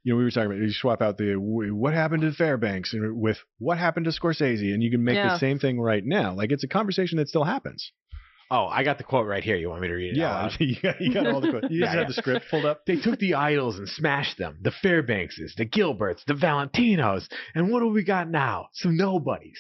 B: you know, we were talking about you swap out the w- what happened to Fairbanks and uh, with what happened to Scorsese, and you can make
D: Yeah.
B: the same thing right now. Like, it's a conversation that still happens.
F: oh, I got the quote right here. You want me to read it? Oh, out
B: Yeah,
F: loud?
B: you got, you got all the you
F: Yeah,
B: just
F: yeah.
B: have the script pulled up.
F: They took the idols and smashed them. The Fairbankses, the Gilberts, the Valentinos, and what do we got now? Some nobodies.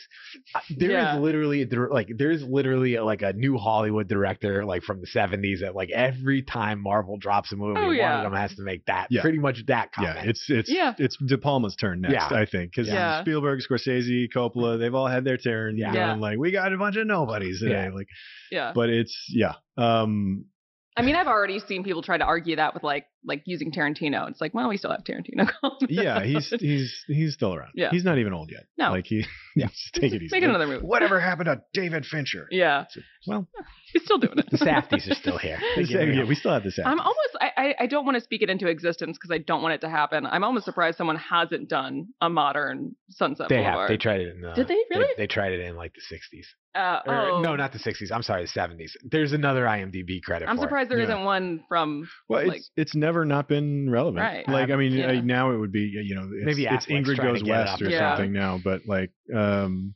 F: Uh, There is
D: Yeah.
F: literally a dir- like there is literally a, like a new Hollywood director like from the seventies that like every time Marvel drops a movie,
D: Oh,
F: one
D: yeah.
F: of them has to make that
B: Yeah.
F: pretty much that
B: Yeah,
F: comment.
B: it's it's
D: Yeah.
B: it's De Palma's turn next,
F: Yeah.
B: I think, because
D: Yeah.
B: Spielberg, Scorsese, Coppola, they've all had their turn.
F: Yeah.
B: you know,
D: Yeah.
B: and, like we got a bunch of nobodies today.
F: Yeah.
B: Like,
D: Yeah.
B: but it's yeah. Um,
D: I mean, I've already seen people try to argue that with like like using Tarantino. It's like, well, we still have Tarantino. going
B: yeah,
D: on.
B: he's he's he's still around.
D: Yeah.
B: he's not even old yet.
D: No.
B: like he,
F: Yeah.
B: just take it easy.
D: making another movie.
B: Whatever happened to David Fincher?
D: Yeah,
B: Well,
D: he's still doing it.
F: the Safdies are still here. They
B: this-
F: give it
B: yeah,
F: up.
B: we still have this.
D: I'm almost. I I, I don't want to speak it into existence because I don't want it to happen. I'm almost surprised someone hasn't done a modern Sunset
F: they have.
D: Boulevard.
F: They tried it in the.
D: Did they really?
F: They, tried it in like the sixties.
D: uh,
F: Or,
D: oh,
F: No, not the sixties. I'm sorry, the seventies. There's another IMDb credit.
D: I'm
F: for it.
D: surprised there
B: Yeah.
D: not one from.
B: well, it's
D: like-
B: it's never not been relevant.
D: Right.
B: Like I mean,
D: Yeah.
B: I, now it would be you know it's,
F: Maybe
B: it's
F: Affleck's
B: Ingrid
F: trying to
B: Goes
F: get it
B: West
F: up
B: or
D: there. Yeah.
B: something now, but like um,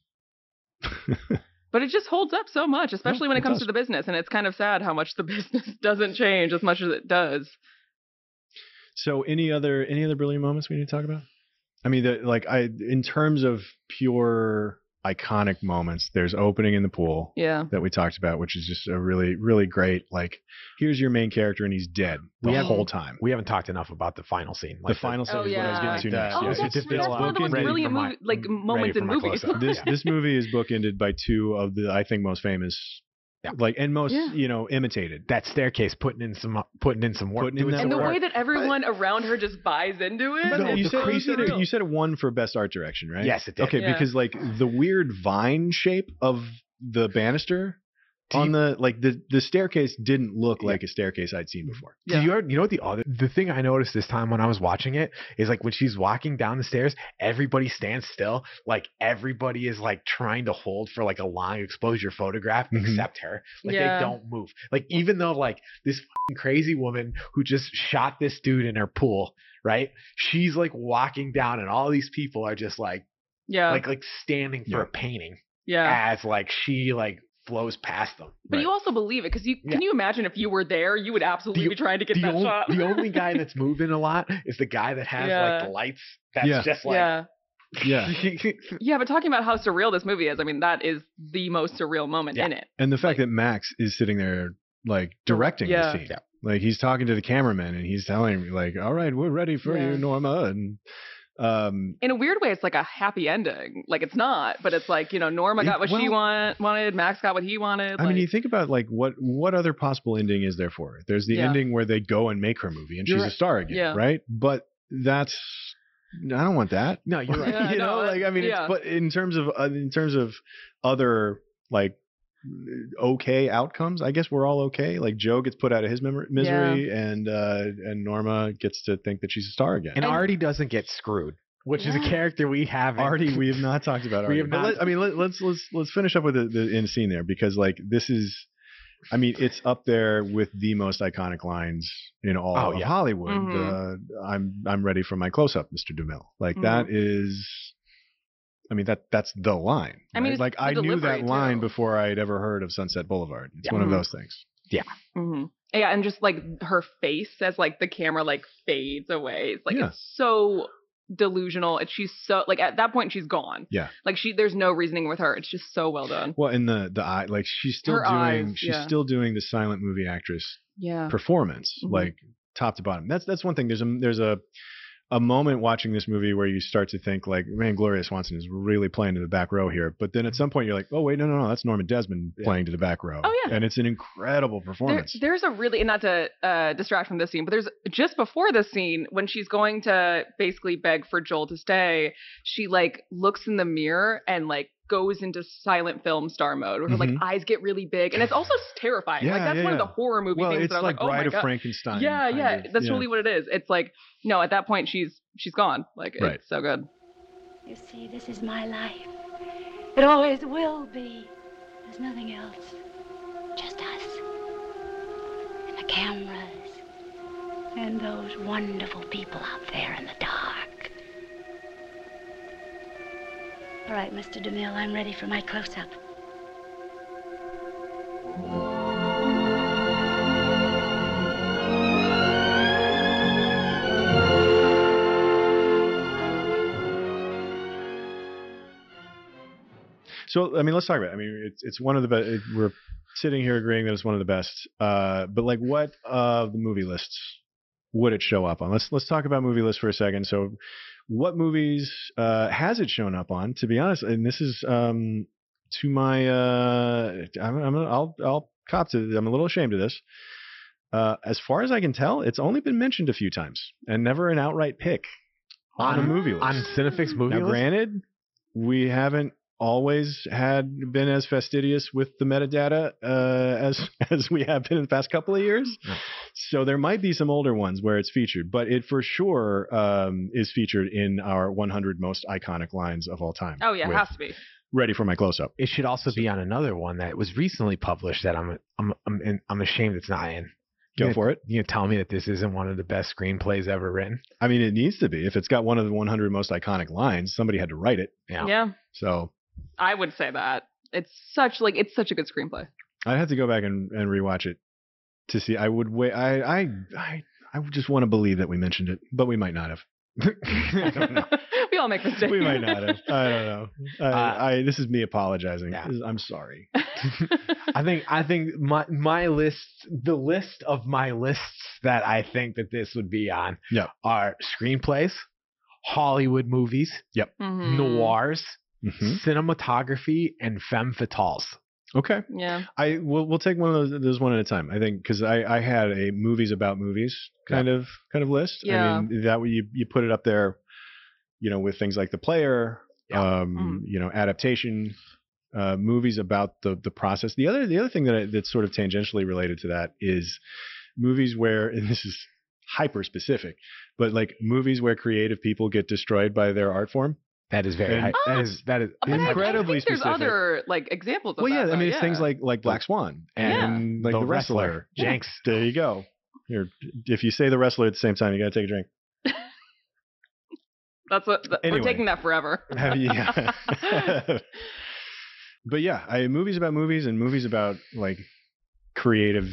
D: But it just holds up so much, especially when
B: it
D: it comes
B: does.
D: to the business. And it's kind of sad how much the business doesn't change as much as it does.
B: so any other any other brilliant moments we need to talk about? I mean, the, like I in terms of pure iconic moments, there's opening in the pool.
D: Yeah.
B: that we talked about, which is just a really, really great. Like, here's your main character, and he's dead the
F: We have-
B: whole time.
F: We haven't talked enough about the final scene.
B: the
F: Like
B: final scene
D: Oh,
B: is what I was
D: yeah.
B: getting to
F: Like
B: next.
F: that.
D: Oh,
B: yeah.
F: It's
D: that's,
F: just
D: that's
F: built
D: one of the most
F: bookended.
D: brilliant
F: Ready
D: movie,
F: for my-
D: like moments
F: for
D: in
F: my
D: movies.
F: close-up.
B: this this movie is bookended by two of the, I think, most famous,
F: Yeah.
B: like, and most
D: Yeah.
B: you know imitated.
F: that staircase putting in some putting in some work.
B: Putting in
F: doing
B: that
D: and
F: some
D: the
B: work.
D: way that everyone around her just buys into it.
B: But
F: No,
D: it's
B: you,
F: the
B: said, you,
F: crazy
B: said it, you said it won for best art direction, right?
F: Yes, it did.
B: Okay,
D: Yeah.
B: because like the weird vine shape of the banister
F: Do
B: on
F: you-
B: the like the the staircase didn't look
F: Yeah.
B: like a staircase I'd seen before.
F: Do
D: Yeah.
F: You, already- you know what the other the thing I noticed this time when I was watching it is like when she's walking down the stairs, everybody stands still. Like everybody is like trying to hold for like a long exposure photograph
B: Mhm.
F: except her. Like
D: Yeah.
F: they don't move. Like even though like this fing crazy woman who just shot this dude in her pool, right? She's like walking down and all these people are just like
D: yeah,
F: like ah, like standing for
B: Yeah.
F: a painting
D: yeah.
F: as like she like flows past them.
D: But
B: Right.
D: you also believe it because you
F: Yeah.
D: can you imagine if you were there, you would absolutely
F: The-
D: be trying to get
F: the,
D: that
F: only,
D: shot.
F: the only guy that's moving a lot is the guy that has like
D: Yeah.
F: the lights. That's
B: Yeah.
F: just like
D: yeah,
B: Yeah.
D: yeah. But talking about how surreal this movie is, I mean, that is the most surreal moment
F: Yeah.
D: in it.
B: And the fact
D: Like-
B: that Max is sitting there like
D: Dir-
B: directing
D: yeah.
B: the scene.
F: Yeah.
B: Like he's talking to the cameraman and he's telling me like, "All right, we're ready for
D: Yeah.
B: you, Norma." And um
D: In a weird way, it's like a happy ending. Like it's not, but it's like you know, Norma
B: It-
D: got what she
B: well-
D: want, wanted, Max got what he wanted.
B: I mean,
D: like-
B: you think about like what what other possible ending is there for it? There's the
D: Yeah.
B: ending where they go and make her movie and
F: You're
B: she's a
F: right.
B: star again,
D: Yeah.
B: right? But that's I don't want that.
F: no, you're right.
D: Yeah,
B: you know,
D: no,
B: like I mean,
D: yeah.
B: it's, but in terms of uh, in terms of other like uh, okay outcomes, I guess we're all okay. Like Joe gets put out of his memor misery, and uh, and Norma gets to think that she's a star again.
F: And Artie doesn't get screwed. which is a character we haven't
B: Artie, we have not talked about Artie.
F: We have
B: But
F: not.
B: let- I mean, let, let's let's let's finish up with the, the end scene there because like this is, I mean, it's up there with the most iconic lines in all
F: Oh,
B: of
F: yeah.
B: Hollywood.
F: Mhm.
D: Mm-hmm.
B: Uh, I'm I'm ready for my close up, Mr. DeMille. Like that is, I mean that that's the line.
D: I mean,
B: right?
D: it's
B: like
D: the
B: I knew
D: delivery,
B: that line before I had ever heard of Sunset Boulevard. It's
D: Yeah.
B: one of
D: Mhm.
B: those things.
F: Yeah.
D: hmm Yeah, and just like her face as like the camera like fades away. It's like
B: Yeah.
D: it's so delusional. And she's so like at that point she's gone.
B: Yeah.
D: Like she there's no reasoning with her. It's just so well done.
B: Well, in the the eye, like she's still
D: Her
B: doing,
D: eyes,
B: she's
D: yeah.
B: still doing the silent movie actress
D: Yeah.
B: performance,
D: Mhm.
B: like top to bottom. That's that's one thing. There's a there's a a moment watching this movie where you start to think like, man, Gloria Swanson is really playing to the back row here. But then at some point you're like, oh wait, no, no, no, that's Norman Desmond playing to the back row.
D: Oh, yeah.
B: and it's an incredible
D: There,
B: performance.
D: there's a really and not to uh, distract from this scene, but there's just before this scene when she's going to basically beg for Joel to stay, she like looks in the mirror and like goes into silent film star mode where her
B: Mhm.
D: like eyes get really big and it's also terrifying. like
B: Yeah,
D: that's
B: yeah,
D: one of
B: yeah.
D: the horror movie
B: well,
D: things
B: it's
D: that I
B: like
D: was like, oh
B: Bride
D: my
B: of
D: God.
B: Frankenstein.
D: Yeah,
B: kind
D: yeah,
B: of,
D: that's
B: yeah.
D: really what it is. It's like no, at that point she's she's gone. Like
B: Right.
D: it's so good.
E: You see, this is my life. It always will be. There's nothing else. Just us. And the cameras. And those wonderful people out there in the dark. All right, Mr. DeMille, I'm ready for my close up.
B: So I mean, let's talk about. It. I mean, it's it's one of the best. We're sitting here agreeing that it's one of the best. Uh, but like, what of the movie lists would it show up on? Let's let's talk about movie lists for a second. So, what movies uh, has it shown up on? To be honest, and this is um, to my uh, I'm, I'm I'll I'll cop to. I'm a little ashamed of this. Uh, as far as I can tell, it's only been mentioned a few times and never an outright pick on, a movie list
F: on
D: Mm-hmm.
F: Cinefix movie
B: now,
F: list?
B: granted, we haven't always had been as fastidious with the metadata uh, as as we have been in the past couple of years. So there might be some older ones where it's featured, but it for sure um, is featured in our 100 most iconic lines of all time.
D: Oh yeah, it
B: with
D: has to be.
B: ready for my close up.
F: It should also be on another one that was recently published that I'm I'm I'm, and I'm ashamed it's not in.
B: Go
F: You know-
B: for it.
F: You know, tell me that this isn't one of the best screenplays ever written.
B: I mean, it needs to be. If it's got one of the 100 most iconic lines, somebody had to write it.
D: Yeah.
B: So
D: I would say that. It's such like it's such a good screenplay.
B: I'd have to go back and, and rewatch it to see. I would wait. I I I, I would just want to believe that we mentioned it, but we might not have. I don't know.
D: we all make mistakes.
B: We might not have. I don't know. I,
F: Uh,
B: I this is me apologizing. This is- I'm sorry.
F: I think I think my my list the list of my lists that I think that this would be on
B: Yeah.
F: are screenplays, Hollywood movies,
B: yep,
D: Mhm.
F: noirs,
B: Mhm.
F: cinematography, and femme fatales.
B: Okay.
D: Yeah.
B: I we'll we'll take one of those, those one at a time. I think because I I had a movies about movies kind of kind of list.
D: Yeah.
B: I mean that way you you put it up there, you know, with things like the player,
D: Mm.
B: um, you know, adaptation, uh, movies about the the process. The other the other thing that I, that's sort of tangentially related to that is movies where and this is hyper specific, but like movies where creative people get destroyed by their art form.
F: That is very
B: And-
F: high- that is that is
D: But I-
B: Incredibly
D: I think there's
B: specific.
D: other like examples of
B: Well, yeah,
D: that,
B: I mean,
D: though,
B: it's things
D: yeah.
B: like like Black Swan
F: Yeah.
B: and like
F: The
B: the, wrestler,
F: Wrestler. Jenks.
B: There you go. Here, if you say the wrestler at the same time, you gotta take a drink.
D: that's what th-
B: Anyway.
D: we're taking that forever.
B: Have you- yeah. but yeah, I movies about movies and movies about like creative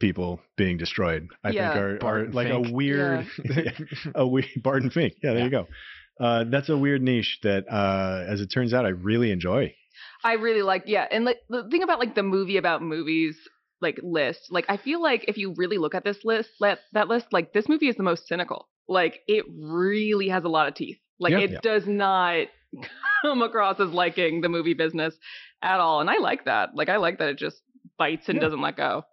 B: people being destroyed. I
D: Yeah.
B: think are, are
F: Barton
B: like
F: Fink.
B: a weird, a weird Barton Fink. Yeah, there you go. Uh, that's a weird niche that, uh, as it turns out, I really enjoy.
D: I really like yeah, and like the thing about like the movie about movies like list, like I feel like if you really look at this list, let that list, like this movie is the most cynical. Like it really has a lot of teeth. Like
B: Yeah.
D: it
B: Yeah.
D: does not come across as liking the movie business at all, and I like that. Like I like that it just bites and doesn't let go.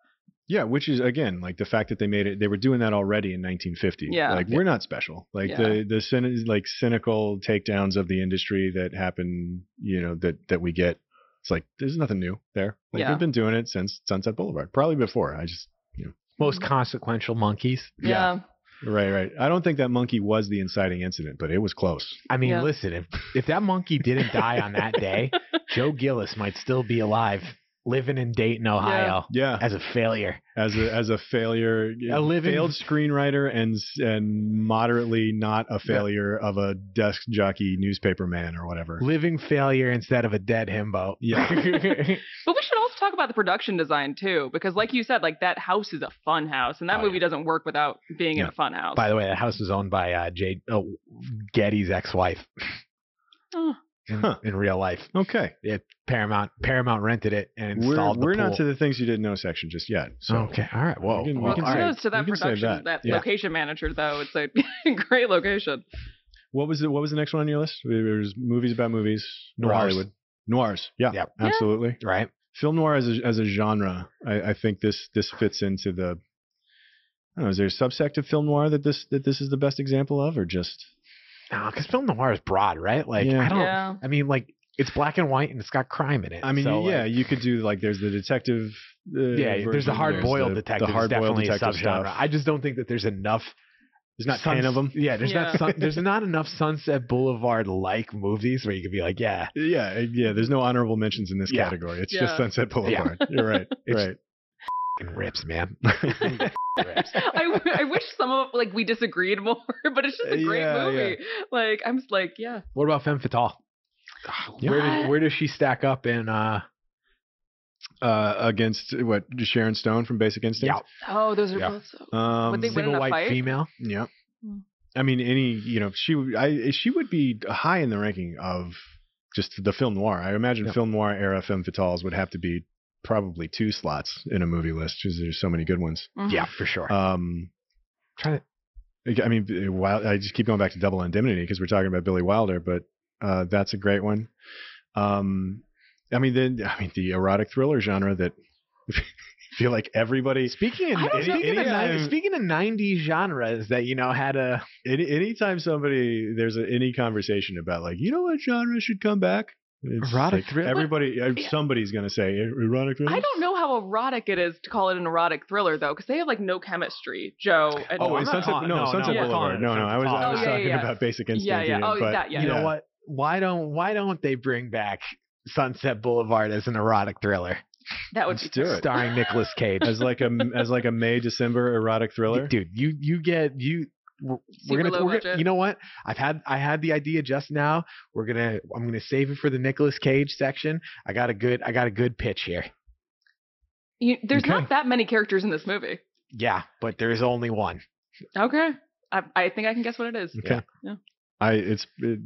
B: Yeah, which is again like the fact that they made it. They were doing that already in 1950.
D: Yeah.
B: like we're not special. Like
D: Yeah.
B: the the cyn- like cynical takedowns of the industry that happen. You know that that we get. It's like there's nothing new there. Like
D: Yeah.
B: we've been doing it since Sunset Boulevard, probably before. I just
F: most consequential monkeys.
D: Yeah.
B: Right, right. I don't think that monkey was the inciting incident, but it was close.
F: I mean, listen, if if that monkey didn't die on that day, Joe Gillis might still be alive, living in Dayton, Ohio.
B: Yeah.
F: As a failure.
B: As a as a failure,
F: A living-
B: failed screenwriter and s- and moderately not a failure of a desk jockey newspaper man or whatever.
F: Living failure instead of a dead himbo.
B: Yeah.
D: But we should also talk about the production design too, because like you said, like that house is a fun house, and
B: Oh,
D: that movie doesn't work without being in
F: Yeah.
D: a fun house.
F: By the way, that house was owned by uh, Jade oh, Getty's ex-wife
D: Oh.
F: in,
B: Huh.
F: in real life.
B: Okay.
F: It, Paramount Paramount rented it and
B: We're,
F: installed the
B: we're not
F: pool.
B: to the things you didn't know section just yet. So
F: okay. All right. Whoa.
B: We can- we
F: Well,
D: Well,
F: all right.
D: kudos to that
B: we can save
D: production,
B: that.
D: that,
B: Yeah.
D: location manager though. It's a great location.
B: what was the what was the next one on your list? There's movies about movies. or
F: Noirs.
B: Hollywood. Noirs. Yeah.
F: Yep.
D: Yeah.
B: Absolutely.
F: Right.
B: Film noir as a, as a genre, I, I think this this fits into the. I don't know. Is there a subsect of film noir that this that this is the best example of, or just?
F: No, because film noir is broad, right? Like
B: Yeah.
F: I don't.
D: Yeah.
F: I mean, like it's black and white and it's got crime in it.
B: I mean,
F: so,
B: yeah,
F: like,
B: you could do like there's the detective. Uh,
F: yeah. There's
B: version,
F: the hard boiled
B: the-
F: detective.
B: The
F: is
B: hard boiled
F: definitely a
B: detective
F: subgenre.
B: stuff.
F: I just don't think that there's enough.
B: there's not
F: suns-
B: ten of them.
F: Yeah, there's
D: Yeah.
F: not sun, there's not enough Sunset Boulevard like movies where you could be like, yeah,
B: Yeah, uh, yeah. There's no honorable mentions in this
F: Yeah.
B: category. It's
D: Yeah.
B: just Sunset Boulevard. You're right.
F: It's-
B: right.
F: f***ing rips, man. rips.
D: I, w- I wish some of like we disagreed more, but it's just a great
B: Yeah, yeah.
D: movie. Like I'm just like, yeah,
F: What about Femme Fatale? Where does where does she stack up in? uh
B: Uh, against what Sharon Stone from Basic Instinct.
F: Yeah.
D: Oh, those are
F: Yeah.
D: both so.
B: Um,
D: Would they win in
F: single
D: a
F: white
D: fight?
F: female?
B: yeah.
D: Mm.
B: I mean, any you know, she would- I she would be high in the ranking of just the film noir. I imagine
F: Yeah.
B: film noir era femme fatales would have to be probably two slots in a movie list because there's so many good ones.
D: Mhm.
F: Yeah, for sure.
B: Um,
F: trying to
B: I mean, eh, Wild, I just keep going back to Double Indemnity because we're talking about Billy Wilder, but uh, that's a great one. Um, I mean, then I mean the erotic thriller genre that I feel like everybody.
F: Speaking of,
D: I don't
F: any-
D: think
F: speaking, of
D: it's-
F: nine- speaking of 90s genres that, you know, had a.
B: Any, anytime somebody there's a, any conversation about like you know what genre should come back, it's
F: Erotic
B: like
F: thriller?
B: Everybody, uh,
D: Yeah.
B: somebody's gonna say "Er- erotic thriller.
D: I don't know how erotic it is to call it an erotic thriller though, because they have like no chemistry, Joe. And
B: Oh,
F: I'm
B: it's Sunset,
F: not calling-
B: no,
F: no, no,
B: Sunset
D: we're
B: Boulevard.
F: calling it
B: No, no, I was, I
F: Sunset
B: was
D: Boulevard. Oh, yeah,
B: talking
D: yeah, yeah.
B: about Basic Instinct.
D: yeah.
B: again,
D: Oh,
B: but
D: that, yeah.
F: You know
B: yeah.
F: what? Why don't why don't they bring back Sunset Boulevard as an erotic thriller
D: that would
B: let's
D: be
B: do it.
D: terrible.
F: starring Nicolas Cage?
B: As like a as like a May December erotic thriller.
F: Dude, you you get you we're, we're
D: Super
F: gonna,
D: low
F: we're gonna-
D: budget.
F: you know what? I've had I had the idea just now. We're gonna I'm gonna save it for the Nicolas Cage section. I got a good I got a good pitch here.
D: You, there's
F: Okay.
D: not that many characters in this movie.
F: Yeah, but there is only one.
D: Okay. I, I think I can guess what it is.
B: Okay.
D: Yeah.
B: I it's it,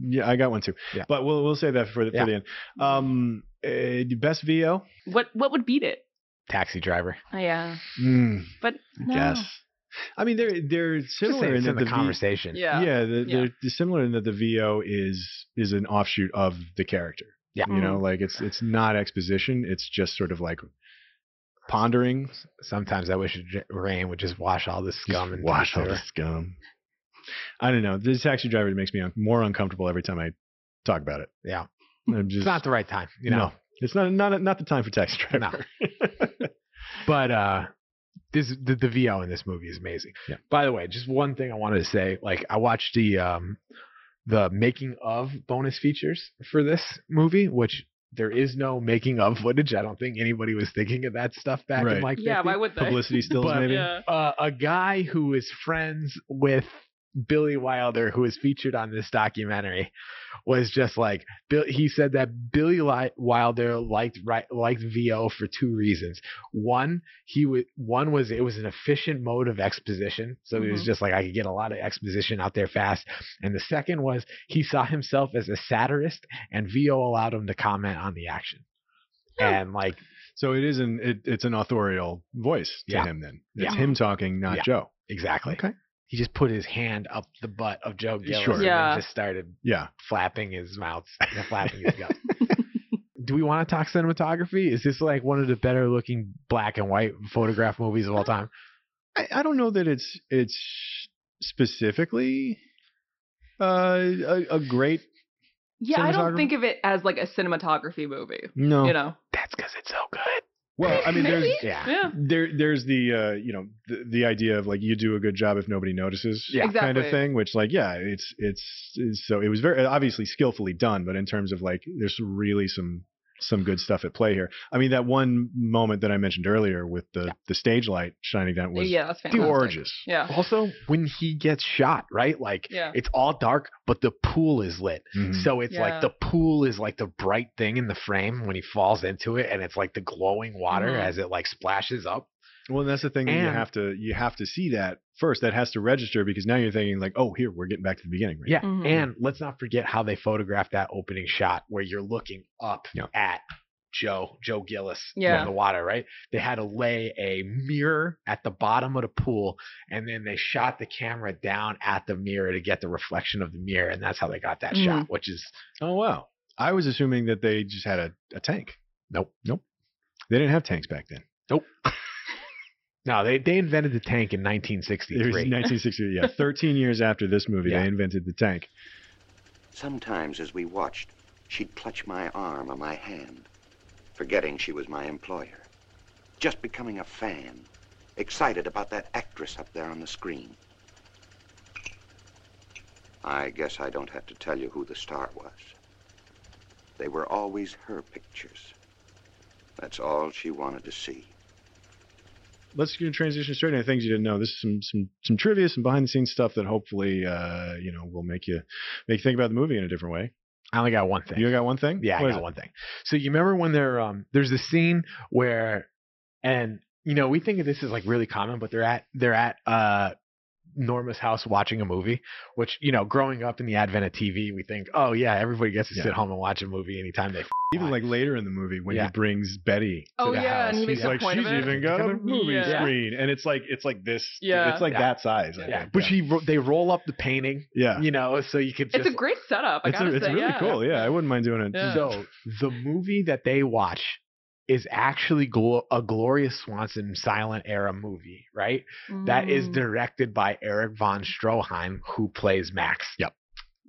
B: yeah, I got one too.
F: Yeah.
B: But we'll we'll save that for the
F: Yeah.
B: for the end. Um, uh, best VO.
D: What what would beat it?
F: Taxi driver.
D: Oh, yeah.
B: Mm,
D: But no.
B: Yes. I mean, they're they're
F: Just saying
B: similar in
F: it's
B: that
F: in the
B: V-
F: conversation.
D: Yeah.
B: yeah, the,
D: Yeah.
B: they're similar in that the VO is is an offshoot of the character.
F: Yeah.
B: You
D: Mm-hmm.
B: know, like it's it's not exposition. It's just sort of like pondering.
F: Sometimes I wish it rain would just wash all this
B: Just
F: scum and
B: wash all
F: things
B: the scum. I don't know. This taxi driver makes me un- more uncomfortable every time I talk about it.
F: Yeah.
B: I'm just,
F: It's not the right time, you know.
B: No, it's not not not the time for taxi driver.
F: But uh this the, the VO in this movie is amazing.
B: Yeah.
F: By the way, just one thing I wanted to say, like I watched the um the making of bonus features for this movie, which there is no making of footage. I don't think anybody was thinking of that stuff back
B: Right.
F: in like
D: Yeah,
F: 50.
D: why would they?
B: Publicity stills,
F: But-
B: maybe.
D: Yeah.
F: uh, a guy who is friends with Billy Wilder, who is featured on this documentary, was just like Bill. He said that Billy Li- Wilder liked ri- liked VO for two reasons. One, he was one was it was an efficient mode of exposition, so he was
D: Mhm.
F: just like I could get a lot of exposition out there fast. And the second was he saw himself as a satirist, and VO allowed him to comment on the action. And like
B: So it is an it, it's an authorial voice to
F: Yeah.
B: him. Then it's
F: Yeah.
B: him talking, not
F: Yeah.
B: Joe.
F: exactly.
B: Okay.
F: He just put his hand up the butt of Joe Gillis
B: Sure.
F: and then
D: Yeah.
F: just started
B: Yeah.
F: flapping his mouth, flapping his gums. Do we want to talk cinematography? Is this like one of the better looking black and white photograph movies of all time?
B: I, I don't know that it's it's specifically uh, a, a great
D: Yeah, I don't
B: Cinematography?
D: think of it as like a cinematography movie.
B: no.
D: You know?
F: That's because it's so good.
B: Well, I mean, there's
D: Maybe? Yeah.
B: there there's the uh, you know the, the idea of like you do a good job if nobody notices,
D: Yeah.
B: kind of
D: Exactly.
B: thing. Which like yeah, it's, it's it's so it was very obviously skillfully done, but in terms of like there's really some some good stuff at play here. I mean, that one moment that I mentioned earlier with the the stage light shining down was
D: yeah, that's fantastic.
B: gorgeous.
D: Yeah.
F: Also, when he gets shot, right? Like
D: Yeah.
F: it's all dark, but the pool is lit.
B: Mm-hmm.
F: So it's
D: Yeah.
F: like the pool is like the bright thing in the frame when he falls into it, and it's like the glowing water
D: Mm-hmm.
B: Mhm.
F: as it like splashes up.
B: Well, and that's the thing that you
F: And-
B: have to you have to see that first. That has to register because now you're thinking like, oh, here we're getting back to the beginning, right?
F: Yeah.
D: Mhm.
F: And let's not forget how they photographed that opening shot where you're looking up
B: Yeah.
F: at Joe, Joe Gillis
D: Yeah.
F: from the water, right? They had to lay a mirror at the bottom of the pool and then they shot the camera down at the mirror to get the reflection of the mirror. And that's how they got that shot, which is
B: Oh wow. I was assuming that they just had a, a tank.
F: Nope.
B: Nope. They didn't have tanks back then.
F: nope. no, they, they invented the tank in 1963.
B: It was 1960. Yeah, 13 years after this movie,
F: Yeah.
B: they invented the tank.
C: Sometimes as we watched, she'd clutch my arm or my hand, forgetting she was my employer. Just becoming a fan, excited about that actress up there on the screen. I guess I don't have to tell you who the star was. They were always her pictures. That's all she wanted to see.
B: Let's get a transition straight into things you didn't know. This is some some some trivia, some behind the scenes stuff that hopefully uh, you know will make you make you think about the movie in a different way.
F: I only got one thing.
B: You got one thing?
F: Yeah,
B: What
F: I
B: is
F: got
B: it?
F: one thing. So you remember when they're um there's this scene where and you know, we think of this as like really common, but they're at they're at uh Norma's house watching a movie, which, you know, growing up in the advent of TV, we think, oh yeah, everybody gets to
B: Yeah.
F: sit home and watch a movie anytime they f-
B: Even like later in the movie when
F: Yeah.
B: he brings Betty. to
D: Oh
B: the
D: yeah, and
B: house,
D: he makes
B: he's
D: a
B: like
D: point
B: she's
D: of it.
B: even got a movie
D: Yeah.
B: screen, and it's like it's like this.
D: Yeah.
B: it's like
F: Yeah.
B: that size. I
F: Yeah.
B: think.
F: But she ro- they roll up the painting,
B: yeah,
F: you know, so you could just
D: It's a great setup. I
B: it's,
D: gotta
B: a- it's
D: say,
B: really
D: yeah.
B: cool. Yeah, I wouldn't mind doing it.
D: Yeah.
F: So the movie that they watch is actually glo- a Gloria Swanson silent era movie, right? That is
D: Mm.
F: directed by Eric von Stroheim, who plays Max. Yep.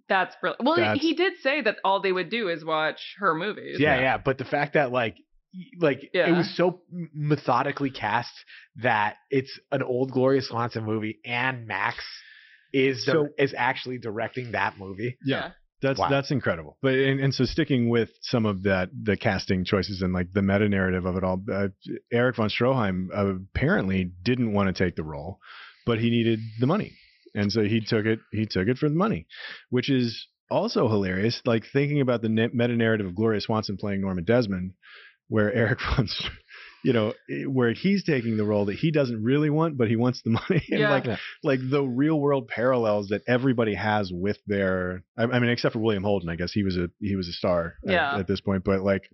D: That's brilliant. Well,
B: That's-
D: he he did say that all they would do is watch her movies.
F: Yeah, yeah, But the fact that like, y- like it
D: Yeah.
F: was so m- methodically cast that it's an old Gloria Swanson movie, and Max is dir-
B: So-
F: is actually directing that movie.
B: Yeah. That's
F: Wow.
B: that's incredible. But and, and so sticking with some of that the casting choices and like the meta narrative of it all, uh, Eric von Stroheim apparently didn't want to take the role, but he needed the money, and so he took it. He took it for the money, which is also hilarious. Like thinking about the na- meta narrative of Gloria Swanson playing Norma Desmond, where Eric von, Str- you know, eh, where he's taking the role that he doesn't really want, but he wants the money. And
D: Yeah.
B: like
F: Yeah.
B: like the real world parallels that everybody has with their I, I mean except for William Holden I guess he was a he was a star at-
D: Yeah.
B: at, this point but like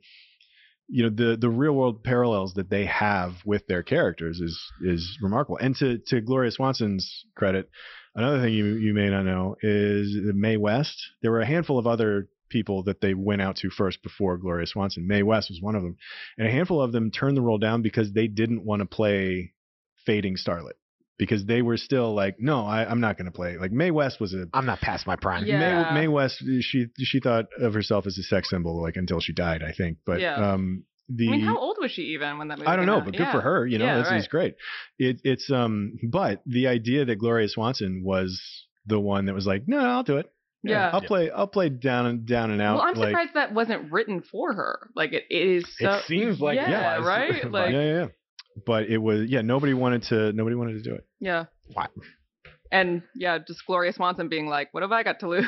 B: you know the the real world parallels that they have with their characters is is remarkable and to to Gloria Swanson's credit another thing you you may not know is that Mae West there were a handful of other people that they went out to first before Gloria Swanson Mae West was one of them and a handful of them turned the role down because they didn't want to play fading starlet because they were still like, no, I, I'm not going to play. Like Mae West was a
F: I'm not past my prime.
D: Yeah.
B: Mae, Mae West. She she thought of herself as a sex symbol like until she died, I think. But
D: Yeah.
B: um, the
D: I mean, how old was she even when that movie?
B: I don't
D: came
B: know,
D: out?
B: but good
D: Yeah.
B: for her. You know,
D: Yeah,
B: that's
D: right.
B: it's great. It, it's um, but the idea that Gloria Swanson was the one that was like, no, I'll do it.
D: Yeah.
B: I'll play. I'll play down and down and out.
D: Well, I'm
B: like,
D: surprised that wasn't written for her. Like it, it is. So,
F: it seems like
D: yeah,
F: it was,
D: right.
F: but-
D: Like
B: yeah,
D: yeah.
B: yeah, yeah. But it was yeah. Nobody wanted to. Nobody wanted to do it.
F: Wow.
D: and yeah, just Gloria Swanson being like, "What have I got to lose?"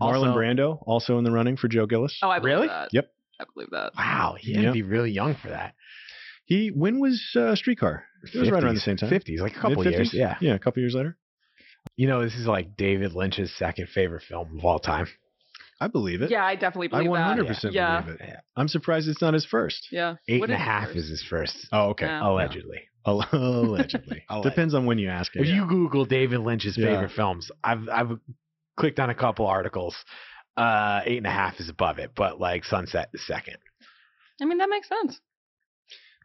B: Marlon
F: Also-
B: Brando also in the running for Joe Gillis.
D: oh, I believe
F: Really?
D: that.
B: Yep.
D: I believe that.
F: Wow, he had
B: Yep.
F: to be really young for that.
B: He when was uh, Streetcar? It was right around the
F: 50s,
B: same time.
F: 50s, like a couple
B: Mid-
F: years.
B: 50s?
F: Yeah.
B: yeah, a couple years later.
F: You know, this is like David Lynch's second favorite film of all time.
B: I believe it.
D: Yeah, I definitely
B: I
D: believe
B: one
D: that.
B: hundred percent
D: Yeah.
B: believe it. I'm surprised it's not his first.
D: Yeah.
F: Eight
D: What
F: and a
D: is
F: half
D: hers?
F: is his first,
B: Oh, okay.
D: Yeah.
F: allegedly.
B: Al- Allegedly.
F: Alleged-
B: Depends on when you ask it.
F: If you Google David Lynch's
B: Yeah.
F: favorite films, I've I've clicked on a couple articles. Uh, eight and a half is above it, but like Sunset is second.
D: I mean, that makes sense.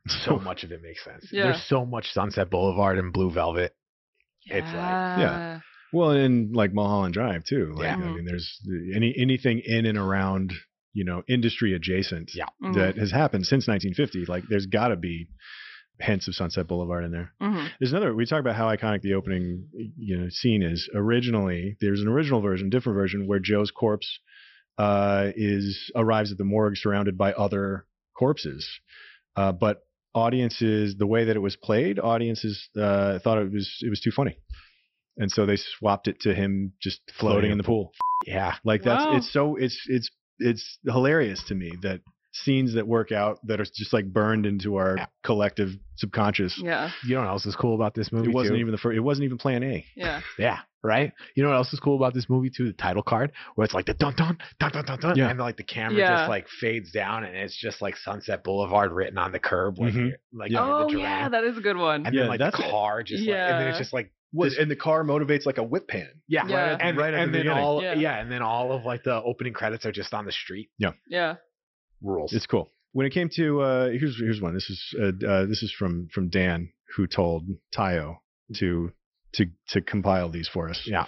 F: So much of it makes sense.
D: Yeah.
F: There's so much Sunset Boulevard and Blue Velvet. It's like-
B: yeah. Well, and like Mulholland Drive too. Like
F: Yeah.
B: uh, I mean, there's any anything in and around you know industry adjacent
F: yeah.
D: Mhm.
B: that has happened since 1950. Like there's got to be hints of Sunset Boulevard in there.
D: Mhm.
B: There's another. We talk about how iconic the opening you know scene is. Originally, there's an original version, different version where Joe's corpse uh, is arrives at the morgue surrounded by other corpses, uh, but audiences the way that it was played audiences uh, thought it was it was too funny and so they swapped it to him just floating,
F: Floating
B: in the pool
F: Yeah.
B: like that's
D: Wow.
B: it's so it's it's it's hilarious to me that scenes that work out that are just like burned into our collective subconscious
D: Yeah.
F: You know what else is cool about this movie?
B: it wasn't
F: too?
B: even the first it wasn't even plan a
D: Yeah.
F: Yeah, right. You know what else is cool about this movie too? The title card, where it's like the dun dun dun dun dun dun,
B: Yeah.
F: and like the camera
D: Yeah.
F: just like fades down, and it's just like Sunset Boulevard written on the curb, like
B: Mhm.
F: like
B: Yeah.
F: the
D: Oh yeah,
F: giraffe.
D: that is a good one.
F: and
B: Yeah,
F: then like
B: that's
F: the
B: it.
F: car just like, and then
D: Yeah.
F: it's just like
B: was
F: this-
B: and the car motivates like a whip pan
F: yeah,
D: Yeah. Right at-
F: and
B: right at
F: and
B: the
F: then
B: beginning.
F: all
D: Yeah.
F: yeah. and then all of like the opening credits are just on the street
D: Yeah.
F: rules.
B: It's cool. When it came to uh, here's here's one. This is uh, uh, this is from from Dan who told Tayo to to to compile these for us.
F: Yeah.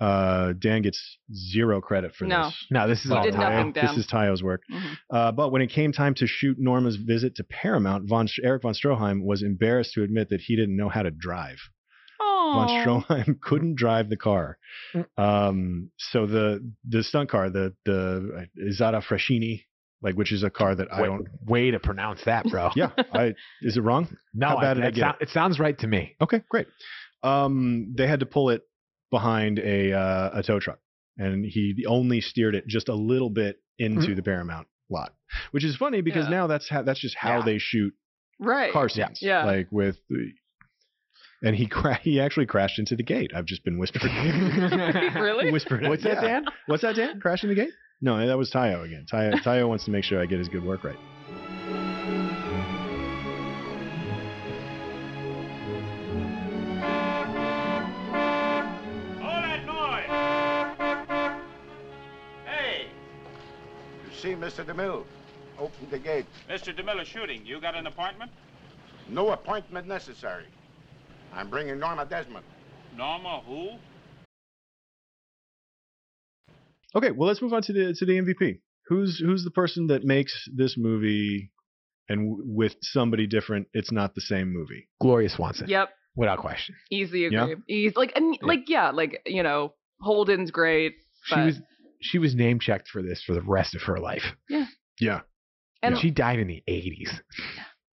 B: Uh, Dan gets zero credit for
D: No.
B: this.
F: no, this is
D: He
F: all
D: did
F: Tayo.
D: nothing. Dan.
B: This is Tayo's work.
D: Mhm.
B: Uh, but when it came time to shoot Norma's visit to Paramount, von, Eric von Stroheim was embarrassed to admit that he didn't know how to drive. Von
D: Oh.
B: Stroheim couldn't drive the car.
F: Mm.
B: Um, so the the stunt car, the the Zara Fraschini, like which is a car that I
F: Way-
B: don't.
F: way to pronounce that, bro.
B: Yeah, I is it wrong?
F: no,
B: How
F: I-
B: bad did I
F: it,
B: get
F: sound- it sounds right to me.
B: Okay, great. Um, they had to pull it behind a uh, a tow truck, and he only steered it just a little bit into the Paramount lot, which is funny because
D: Mm-hmm. Yeah.
B: now that's how that's just how
F: Yeah.
B: they shoot
D: Right.
B: car scenes,
D: Yeah.
B: like with. the- And he cra- he actually crashed into the gate. I've just been whispering.
D: really?
B: whispering.
F: What's that, Dan?
B: What's that, Dan? Crashing the gate? No, that was Tayo again. Tayo, Tayo wants to make sure I get his good work right.
G: All that noise! Hey,
C: You see, Mr. DeMille, open the gate.
G: Mr. DeMille is shooting. You got an appointment?
C: No appointment necessary. I'm bringing Norma Desmond.
G: Norma who?
B: Okay, well let's move on to the to the MVP. Who's who's the person that makes this movie and w- with somebody different, it's not the same movie.
F: Gloria Swanson,
D: Yep.
F: without question.
D: Easy
B: Yeah.
D: agree. Easy. Like and like yeah. Like you know, Holden's great.
F: She
D: But-
F: was she was name checked for this for the rest of her life.
B: Yeah.
D: And-
F: And she died in the 80s.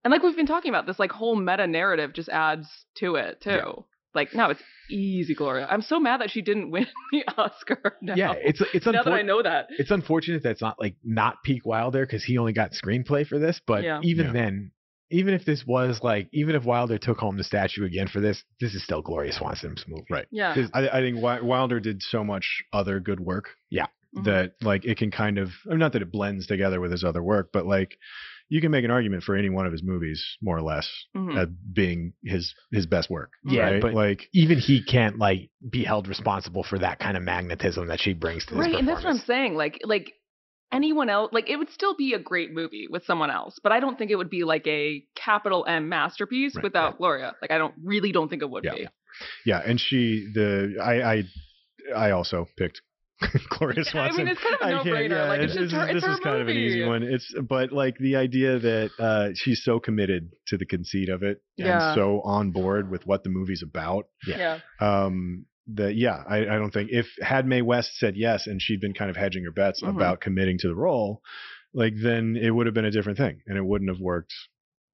D: And like we've been talking about, this like whole meta narrative just adds to it too. Like no, it's easy, Gloria. I'm so mad that she didn't win the Oscar. Now.
F: Yeah, it's it's
D: now that I
F: unfortunate.
D: know that.
F: It's unfortunate that's not like not peak Wilder because he only got screenplay for this. But
D: Yeah.
F: even
B: Yeah.
F: then, even if this was like, even if Wilder took home the statue again for this, this is still Gloria Swanson's movie.
B: Right.
D: Yeah.
F: This-
B: I, I think Wi- Wilder did so much other good work
D: Mhm.
B: that like it can kind of I mean, not that it blends together with his other work, but like you can make an argument for any one of his movies more or less
D: Mhm.
B: as being his his best work.
F: Yeah,
B: right?
F: but-
B: like
F: Even he can't like be held responsible for that kind of magnetism that she brings to this
D: Right, and that's what I'm
F: performance.
D: saying. Like like anyone else, like it would still be a great movie with someone else, but I don't think it would be like a capital M masterpiece
B: Right,
D: without Gloria. Like I don't really don't think it would
B: Yeah.
D: be.
B: yeah, and she the I I I also picked Gloria
D: I
B: Swanson.
D: mean, it's kind of a
B: I
D: no
B: can't-
D: brainer.
B: yeah,
D: like it's,
B: this
D: just her,
B: is-
D: it's
B: this
D: her
B: is kind of an easy
D: movie.
B: one. It's but like the idea that uh, she's so committed to the conceit of it
D: Yeah.
B: and so on board with what the movie's about.
F: Yeah.
D: Yeah.
B: Um, that yeah, I, I don't think if had Mae West said yes and she'd been kind of hedging her bets
D: Mhm.
B: about committing to the role, like then it would have been a different thing and it wouldn't have worked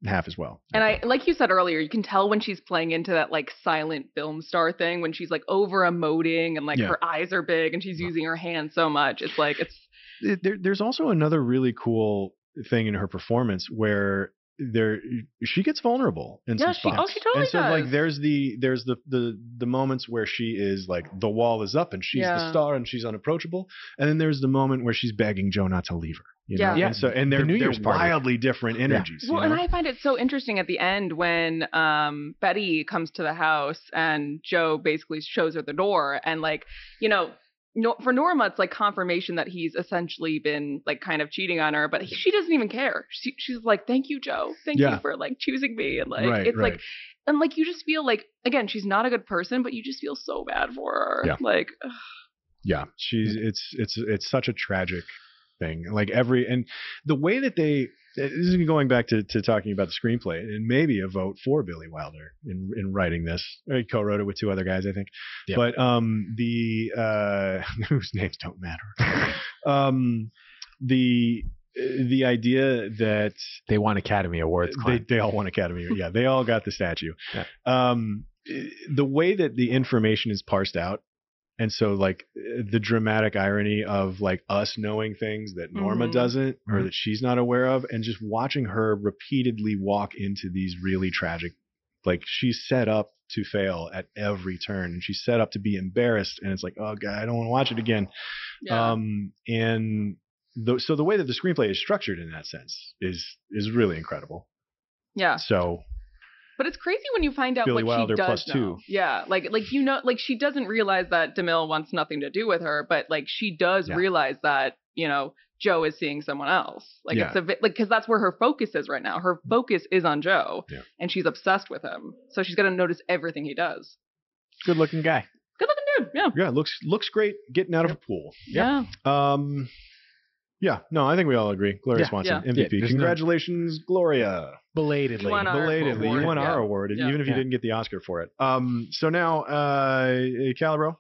B: half as well.
D: And I, like you said earlier, you can tell when she's playing into that like silent film star thing when she's like over emoting and like
B: Yeah.
D: her eyes are big and she's using her hands so much. It's like it's
B: it- eh, there, there's also another really cool thing in her performance where there she gets vulnerable in some
D: Yeah, she- oh,
B: spots.
D: she totally
B: and so like
D: does.
B: there's the there's the the the moments where she is like the wall is up and she's
D: Yeah.
B: the star and she's unapproachable, and then there's the moment where she's begging Joe not to leave her. You know?
D: Yeah.
F: Yeah.
B: And so and they're
F: New
B: they're
F: Year's party.
B: wildly different energies.
D: well,
B: you know?
D: and I find it so interesting at the end when um Betty comes to the house and Joe basically shows her the door and like you know. No, for Norma, it's like confirmation that he's essentially been like kind of cheating on her, but he, she doesn't even care. She, she's like, "Thank you, Joe. Thank
B: Yeah.
D: you for like choosing me." And like,
B: right,
D: it's
B: right.
D: like and like you just feel like again she's not a good person but you just feel so bad for her
B: Yeah.
D: like
B: yeah, she's it's it's it's such a tragic thing. Like every and the way that they eh, this is going back to, to talking about the screenplay and maybe a vote for Billy Wilder in in writing this. He co-wrote it with two other guys, I think.
F: Yeah.
B: But um the uh whose names don't matter. um the eh, the idea that
F: they won Academy Awards.
B: they,
F: Klein.
B: they all won Academy. yeah, they all got the statue.
F: Yeah.
B: Um, the way that the information is parsed out, and so like eh, the dramatic irony of like us knowing things that Norma
F: Mhm.
B: doesn't or
F: Mhm.
B: that she's not aware of, and just watching her repeatedly walk into these really tragic, like she's set up to fail at every turn, and she's set up to be embarrassed, and it's like, oh god, I don't want to watch it again.
D: Yeah.
B: Um, and the, so the way that the screenplay is structured in that sense is is really incredible.
D: yeah.
B: So
D: But it's crazy when you find out
B: Billy
D: what
B: Wilder
D: she does
B: plus
D: know.
B: two.
D: Yeah, like like you know, like she doesn't realize that Demille wants nothing to do with her, but like she does
B: Yeah.
D: realize that you know Joe is seeing someone else. Like it's
B: Yeah.
D: a vi- like because that's where her focus is right now.
F: Mm.
D: Her focus is on Joe,
B: Yeah.
D: and she's obsessed with him. So she's gonna notice everything he does.
B: good looking guy.
D: Good looking dude. Yeah.
B: Yeah, looks looks great getting out of a pool.
D: Yeah.
B: Um yeah, no, I think we all agree. Gloria
F: Yeah.
B: Swanson,
F: Yeah. Yeah,
B: MVP.
F: there's no-
B: Congratulations, Gloria.
F: belatedly.
D: You won our
B: Belatedly,
D: award.
B: you won our
D: Yeah.
B: award,
D: Yeah.
B: even if you
F: Yeah.
B: didn't get the Oscar for it. Um, so now, uh, Calibro,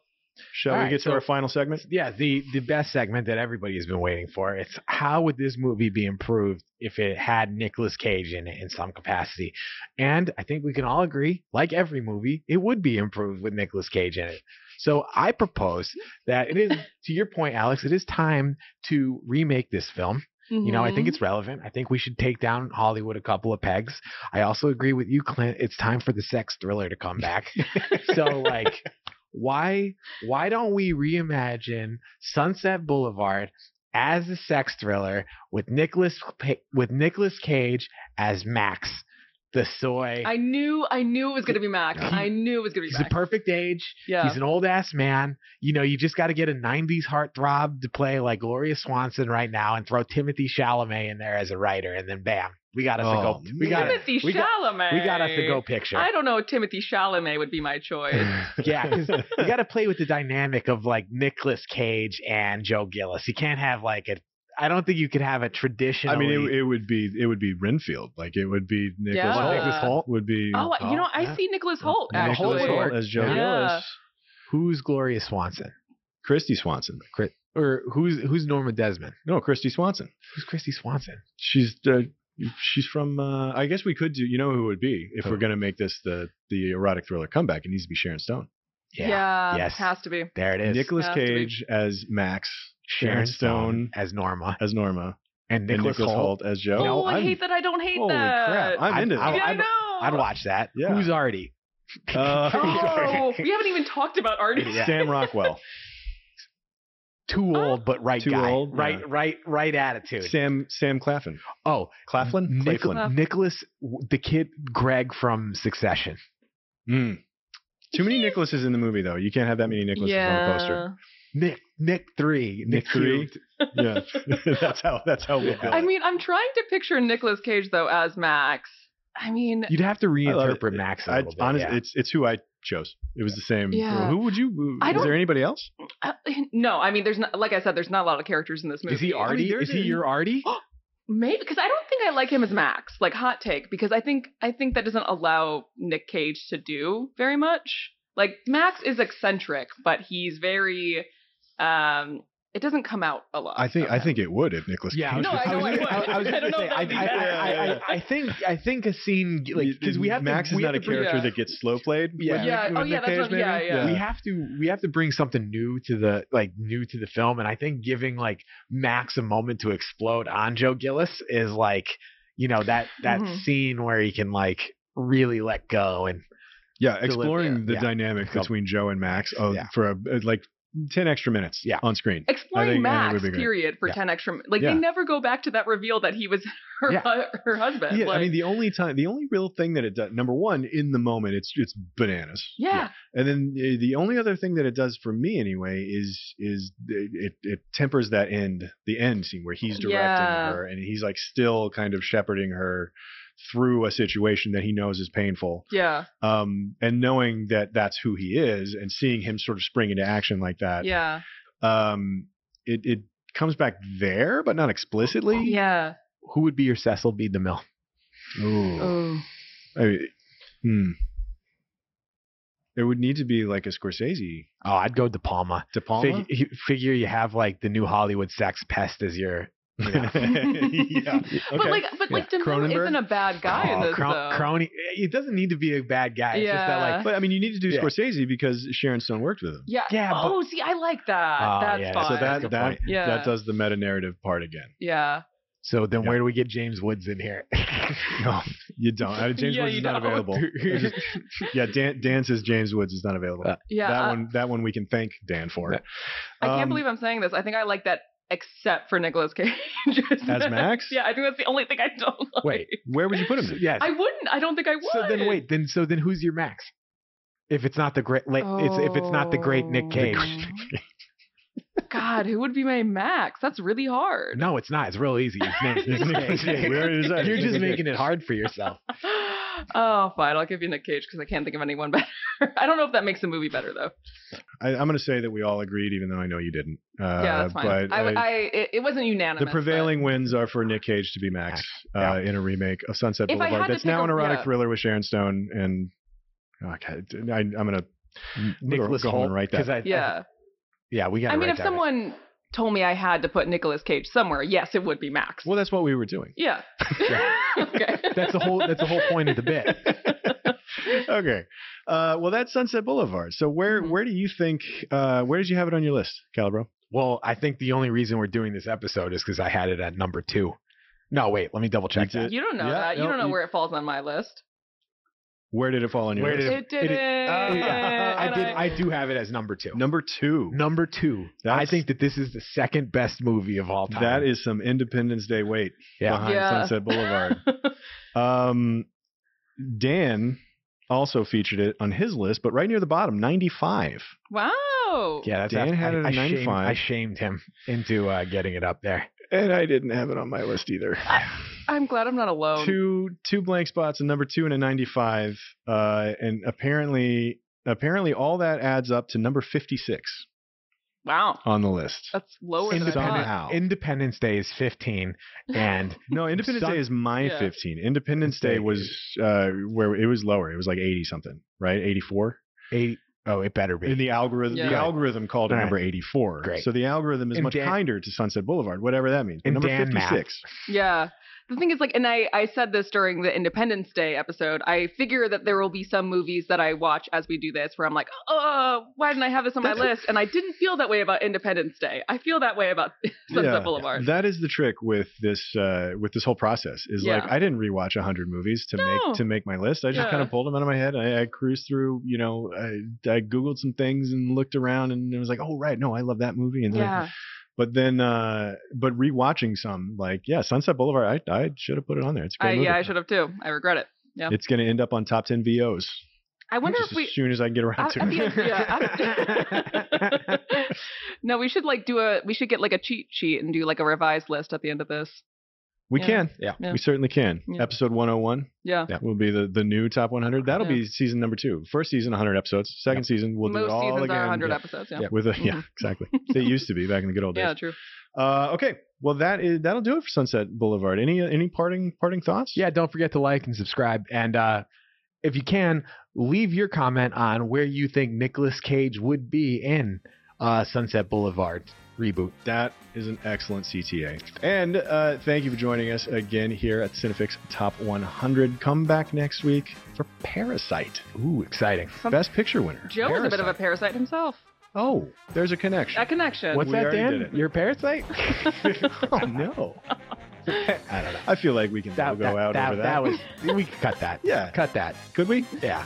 B: shall
F: All
B: we
F: right,
B: get to
F: so-
B: our final segment?
F: yeah, the the best segment that everybody has been waiting for. It's how would this movie be improved if it had Nicolas Cage in it in some capacity? And I think we can all agree, like every movie, it would be improved with Nicolas Cage in it. So I propose that it is to your point, Alex, it is time to remake this film. You know, I think
D: Mhm.
F: it's relevant. I think we should take down Hollywood a couple of pegs. I also agree with you, Clint. It's time for the sex thriller to come back. so like why why don't we reimagine Sunset Boulevard as a sex thriller with Nicholas with Nicholas Cage as Max, the soy.
D: I knew I knew it was gonna be Max. I knew it was gonna be
F: He's the
D: Max.
F: perfect age.
D: Yeah.
F: He's an old ass man. You know, you just got to get a 90s heartthrob to play like Gloria Swanson right now and throw Timothy Chalamet in there as a writer. And then bam, we got us a
B: Oh,
F: go. We got, it.
D: Timothy
F: we, got,
D: Chalamet.
F: we got us a go picture.
D: I don't know. if Timothy Chalamet would be my choice.
F: Yeah, 'cause you got to play with the dynamic of like Nicolas Cage and Joe Gillis. You can't have like a. I don't think you could have a traditional.
B: I mean, it, it would be it would be Renfield, like it would be Nicholas
D: Yeah.
B: Holt.
D: Nicholas
F: Holt?
B: would be
D: oh, you know, I
F: yeah.
D: see Nicholas Holt
B: Nicholas
D: actually.
B: Holt as Joe
D: Yeah.
B: Gillis,
F: who's Gloria Swanson
B: Christy Swanson.
F: or who's who's Norma Desmond?
B: No, Christy Swanson.
F: Who's Christy Swanson?
B: She's uh, she's from. Uh, I guess we could do. You know who it would be if
F: Who?
B: we're gonna make this the the erotic thriller comeback? It needs to be Sharon Stone.
D: Yeah.
F: Yes.
D: Has to be.
F: There it is.
B: Nicholas
D: Has to be.
B: Cage as Max,
F: Sharon Stone as Norma
B: as Norma, and
F: and Nicholas
B: Nicholas
F: Holt.
B: Holt as Joe.
D: oh, I
B: I'm-
D: hate that. I don't hate
B: Holy
D: that.
B: crap! I'm
F: I'd-
B: into
F: I'd-
B: that.
D: yeah, I
F: I'd-
D: know.
F: I'd watch that.
B: Yeah.
F: Who's Artie?
B: Uh,
D: Oh, we haven't even talked about Artie.
F: Yeah.
B: Sam Rockwell,
F: Too old, but right
B: Too
F: guy.
B: old,
F: right,
B: yeah.
F: right, right attitude.
B: Sam Sam Claflin,
F: oh,
B: Claflin, Claflin.
F: Nicholas, the kid Greg from Succession.
B: Mm. Too many Nicholases in the movie though. You can't have that many Nicholases on the poster.
F: Nick, Nick three,
B: Nick three. yeah, that's how that's how we.
F: Yeah.
B: do it.
D: I mean, I'm trying to picture Nicolas Cage though as Max. I mean,
F: You'd have to
B: love it.
F: reinterpret Max a
B: I,
F: little bit.
B: honestly,
F: yeah.
B: it's it's who I chose. It was the same.
D: Yeah.
B: Who would you?
D: I
B: Is
D: don't-
B: there anybody else?
D: uh, no. I mean, there's not. Like I said, there's not a lot of characters in this movie.
F: Is he
B: Oh,
D: I mean,
F: Artie?
D: there's
F: Is he
D: a-
F: your Artie?
D: Maybe because I don't think I like him as Max. Like hot take because I think I think that doesn't allow Nick Cage to do very much. Like Max is eccentric, but he's very um it doesn't come out a lot.
B: I think
D: of
B: I
D: him.
B: think it would if Nicholas.
F: Yeah, I was
D: No,
F: just-
D: I
F: I
D: know
F: was
D: I
F: gonna-
D: would.
F: I- I was
D: I
F: gonna
D: don't
F: say,
D: know if
F: I-
D: it'd be
F: I-
D: bad.
F: I- I- I think I think a scene like because we have to-
B: Max is
F: we have
B: not a
F: to bring-
B: character
D: Yeah.
B: that gets slow played. with
F: Yeah.
B: Nick-
D: Yeah,
B: with
D: oh, yeah,
B: Nick
D: that's
B: Cage,
D: what-
B: maybe?
D: yeah, yeah.
F: we have to we have to bring something new to the like new to the film and i think giving like max a moment to explode on joe gillis is like you know that that
D: Mhm.
F: scene where he can like really let go and
B: Yeah,
F: Deliver-
B: exploring the
F: yeah.
B: dynamic
F: Come.
B: between Joe and Max of,
F: Yeah.
B: for a, uh, like ten extra minutes.
F: Yeah.
B: on screen.
D: Exploring
B: I think- I think it
D: Max,
B: would be great.
D: period, for
F: Yeah.
D: ten extra. Like
B: Yeah.
D: they never go back to that reveal that he was her
F: Yeah.
D: hu- her husband.
B: Yeah,
D: like,
B: I mean the only time, the only real thing that it does. Number one, in the moment, it's it's bananas.
D: yeah,
B: And then uh, the only other thing that it does for me anyway is is th- it it tempers that end the end scene where he's directing
D: Yeah.
B: her and he's like still kind of shepherding her through a situation that he knows is painful.
D: yeah,
B: Um and knowing that that's who he is and seeing him sort of spring into action like that.
D: yeah.
B: Um it it comes back there, but not explicitly.
D: Yeah.
F: Who would be your Cecil B. DeMille?
B: Ooh.
D: Oh.
B: I mean, hmm. There would need to be like a Scorsese.
F: Oh, I'd go De Palma.
B: De Palma?
F: Fig- you- figure you have like the new Hollywood sex pest as your. You know.
B: yeah.
D: But
B: Okay.
D: like, but like,
F: Yeah.
D: DeMille
F: Cronenberg?
D: isn't a bad guy in
F: Oh,
D: this
F: Cron-
D: though.
F: Crony. It doesn't need to be a bad guy. It's just that like
D: Yeah.
B: eh, But I mean, you need to do
F: Yeah.
B: Scorsese because Sharon Stone worked with him.
D: yeah.
F: Yeah, but-
D: Oh, see, I like that.
F: Oh,
D: That's
F: yeah,
D: fun.
B: So that
F: Good
B: that
F: point.
D: Yeah.
B: that does the meta narrative part again.
D: yeah.
F: So then,
B: Yeah.
F: where do we get James Woods in here?
B: No, you don't. Uh, James
D: Yeah,
B: Woods
D: you
B: is not
D: don't.
B: available. It's just- yeah, Dan, Dan says James Woods is not available.
F: Uh,
D: Yeah,
B: that
D: uh,
B: one that one we can thank Dan for.
D: I can't
B: Um,
D: believe I'm saying this. I think I like that except for Nicolas Cage.
B: As Max?
D: yeah, I think that's the only thing I don't like.
F: Wait,
B: Where would you put him?
F: So-
B: then?
F: yes.
D: I wouldn't. I don't think I would.
F: so then, wait. Then so then, who's your Max? If it's not the great, like, it's if it's not the great Nick
D: Oh.
F: Cage.
D: God, who would be my Max? That's really hard.
F: No, it's not. It's real easy. His name's Nick Cage.
B: We already said it.
F: You're just making it hard for yourself.
D: Oh, fine. I'll give you Nick Cage because I can't think of anyone better. I don't know if that makes the movie better though.
B: I, I'm going to say that we all agreed, even though I know you didn't. Uh,
D: yeah, that's fine.
B: But
D: I,
B: uh,
D: I, it, it wasn't unanimous.
B: the
D: but-
B: prevailing wins are for Nick Cage to be Max
F: Yeah.
B: uh, in a remake of Sunset
D: If I had
B: Boulevard.
D: to
B: That's
D: pick
B: now
D: a-
B: an erotic
D: yeah.
B: thriller with Sharon Stone and. Oh, God, I, I'm going to.
F: Nicholas
B: go home and
F: Holt.
B: write that.
F: 'cause I- I-
D: yeah.
F: yeah, we got.
D: I mean, if someone told me I had to put Nicolas Cage somewhere, yes, it would be Max.
B: Well, that's what we were doing.
D: yeah.
F: Yeah.
D: okay.
F: That's the whole. That's the whole point of the bit.
B: okay. Uh, well, that's Sunset Boulevard. So where
D: Mhm.
B: where do you think? Uh, where did you have it on your list, Calibro?
F: Well, I think the only reason we're doing this episode is because I had it at number two. No, wait. Let me double check
B: You
F: that.
B: did?
D: You don't know
B: Yeah,
D: that. You
B: no,
D: don't know
B: you-
D: where it falls on my list.
B: Where did it fall on your
F: Where
B: list?
F: did
D: It didn't.
F: Oh, yeah. I
D: and
F: did.
D: I-
F: I do have it as number two.
B: Number two.
F: Number two. I
B: That's-
F: think that this is the second best movie of all time.
B: That is some Independence Day weight
F: Yeah.
B: behind
D: Yeah.
B: Sunset Boulevard. um, Dan also featured it on his list, but right near the bottom, 95.
D: wow.
F: Yeah, that's
B: Dan
F: after-
B: had
F: I-
B: it at
F: I shamed-
B: 95.
F: I shamed him into uh, getting it up there.
B: And I didn't have it on my list either.
D: I'm glad I'm not alone.
B: two two blank spots, a number two and a 95. Uh, and apparently, apparently, all that adds up to number 56
D: Wow.
B: on the list.
D: That's lower than Oh, I
F: Independent-
D: thought.
B: Somehow.
F: Independence Day is 15, and
B: No, Independence
F: Sun-
B: Day is my
D: Yeah.
B: 15. Independence
F: Day
B: Day was uh, where it was lower. It was like 80 something, right? 84.
F: eight oh, it better be.
B: In the algorithm, the
D: Yeah.
B: algorithm called it
F: All right.
B: number 84.
F: Great.
B: So the algorithm is
F: And
B: much
F: Dan-
B: kinder to Sunset Boulevard, whatever that means. But
F: And
B: number
F: Dan math.
B: 56.
D: Yeah. The thing is, like, and I, I said this during the Independence Day episode. I figure that there will be some movies that I watch as we do this where I'm like, oh, why didn't I have this on my list? And I didn't feel that way about Independence Day. I feel that way about Sunset
B: Yeah.
D: Boulevard.
B: That is the trick with this uh, with this whole process. Is like
D: Yeah.
B: I didn't rewatch 100 movies to
D: No.
B: make to make my list. I just
D: Yeah.
B: kind of pulled them out of my head. I, I cruised through, you know, I, I googled some things and looked around, and it was like, oh right, no, I love that movie. And then-
D: yeah.
B: but then, uh, but rewatching some, like yeah, Sunset Boulevard, I I should have put it on there. It's a great
D: I,
B: movie.
D: yeah, I should have too. I regret it. Yeah.
B: It's going to end up on top 10 VOs.
D: I wonder
B: just
D: if we.
B: as soon as I can get around
D: I-
B: to
D: I'd
B: it.
D: be- yeah, I'd- no, we should like do a. We should get like a cheat sheet and do like a revised list at the end of this.
B: We
D: Yeah.
B: can.
F: Yeah.
D: Yeah.
B: We certainly can.
D: Yeah.
B: Episode 101
D: Yeah.
F: Yeah.
B: will be the, the new top 100. That'll
D: Yeah.
B: be season number two. First season, 100 episodes. Second season, we'll do
D: Most
B: it all
D: seasons
B: again.
D: are 100
B: yeah.
D: episodes. Yeah.
B: Yeah, With a, yeah, exactly. they used to be back in the good old days.
D: Mm-hmm. Yeah, true.
B: Uh, okay. Well, that is that'll do it for Sunset Boulevard. Any uh, any parting parting thoughts?
F: yeah, don't forget to like and subscribe, and uh, if you can, leave your comment on where you think Nicolas Cage would be in uh, Sunset Boulevard reboot.
B: That is an excellent CTA. And uh, thank you for joining us again here at Cinefix Top 100. Come back next week for Parasite,
F: Ooh, exciting!
B: Best Picture winner.
D: Joe is a bit of a parasite himself.
B: Oh, there's a connection.
D: That connection.
F: What's
B: We
F: that,
B: already did
F: Dan?
B: it.
F: You're a parasite?
B: oh no.
F: I don't know.
B: I feel like we can still
F: That,
B: go
F: that,
B: out
F: that,
B: over that.
F: that was we could cut that.
B: Yeah.
F: cut that.
B: Could we?
F: Yeah.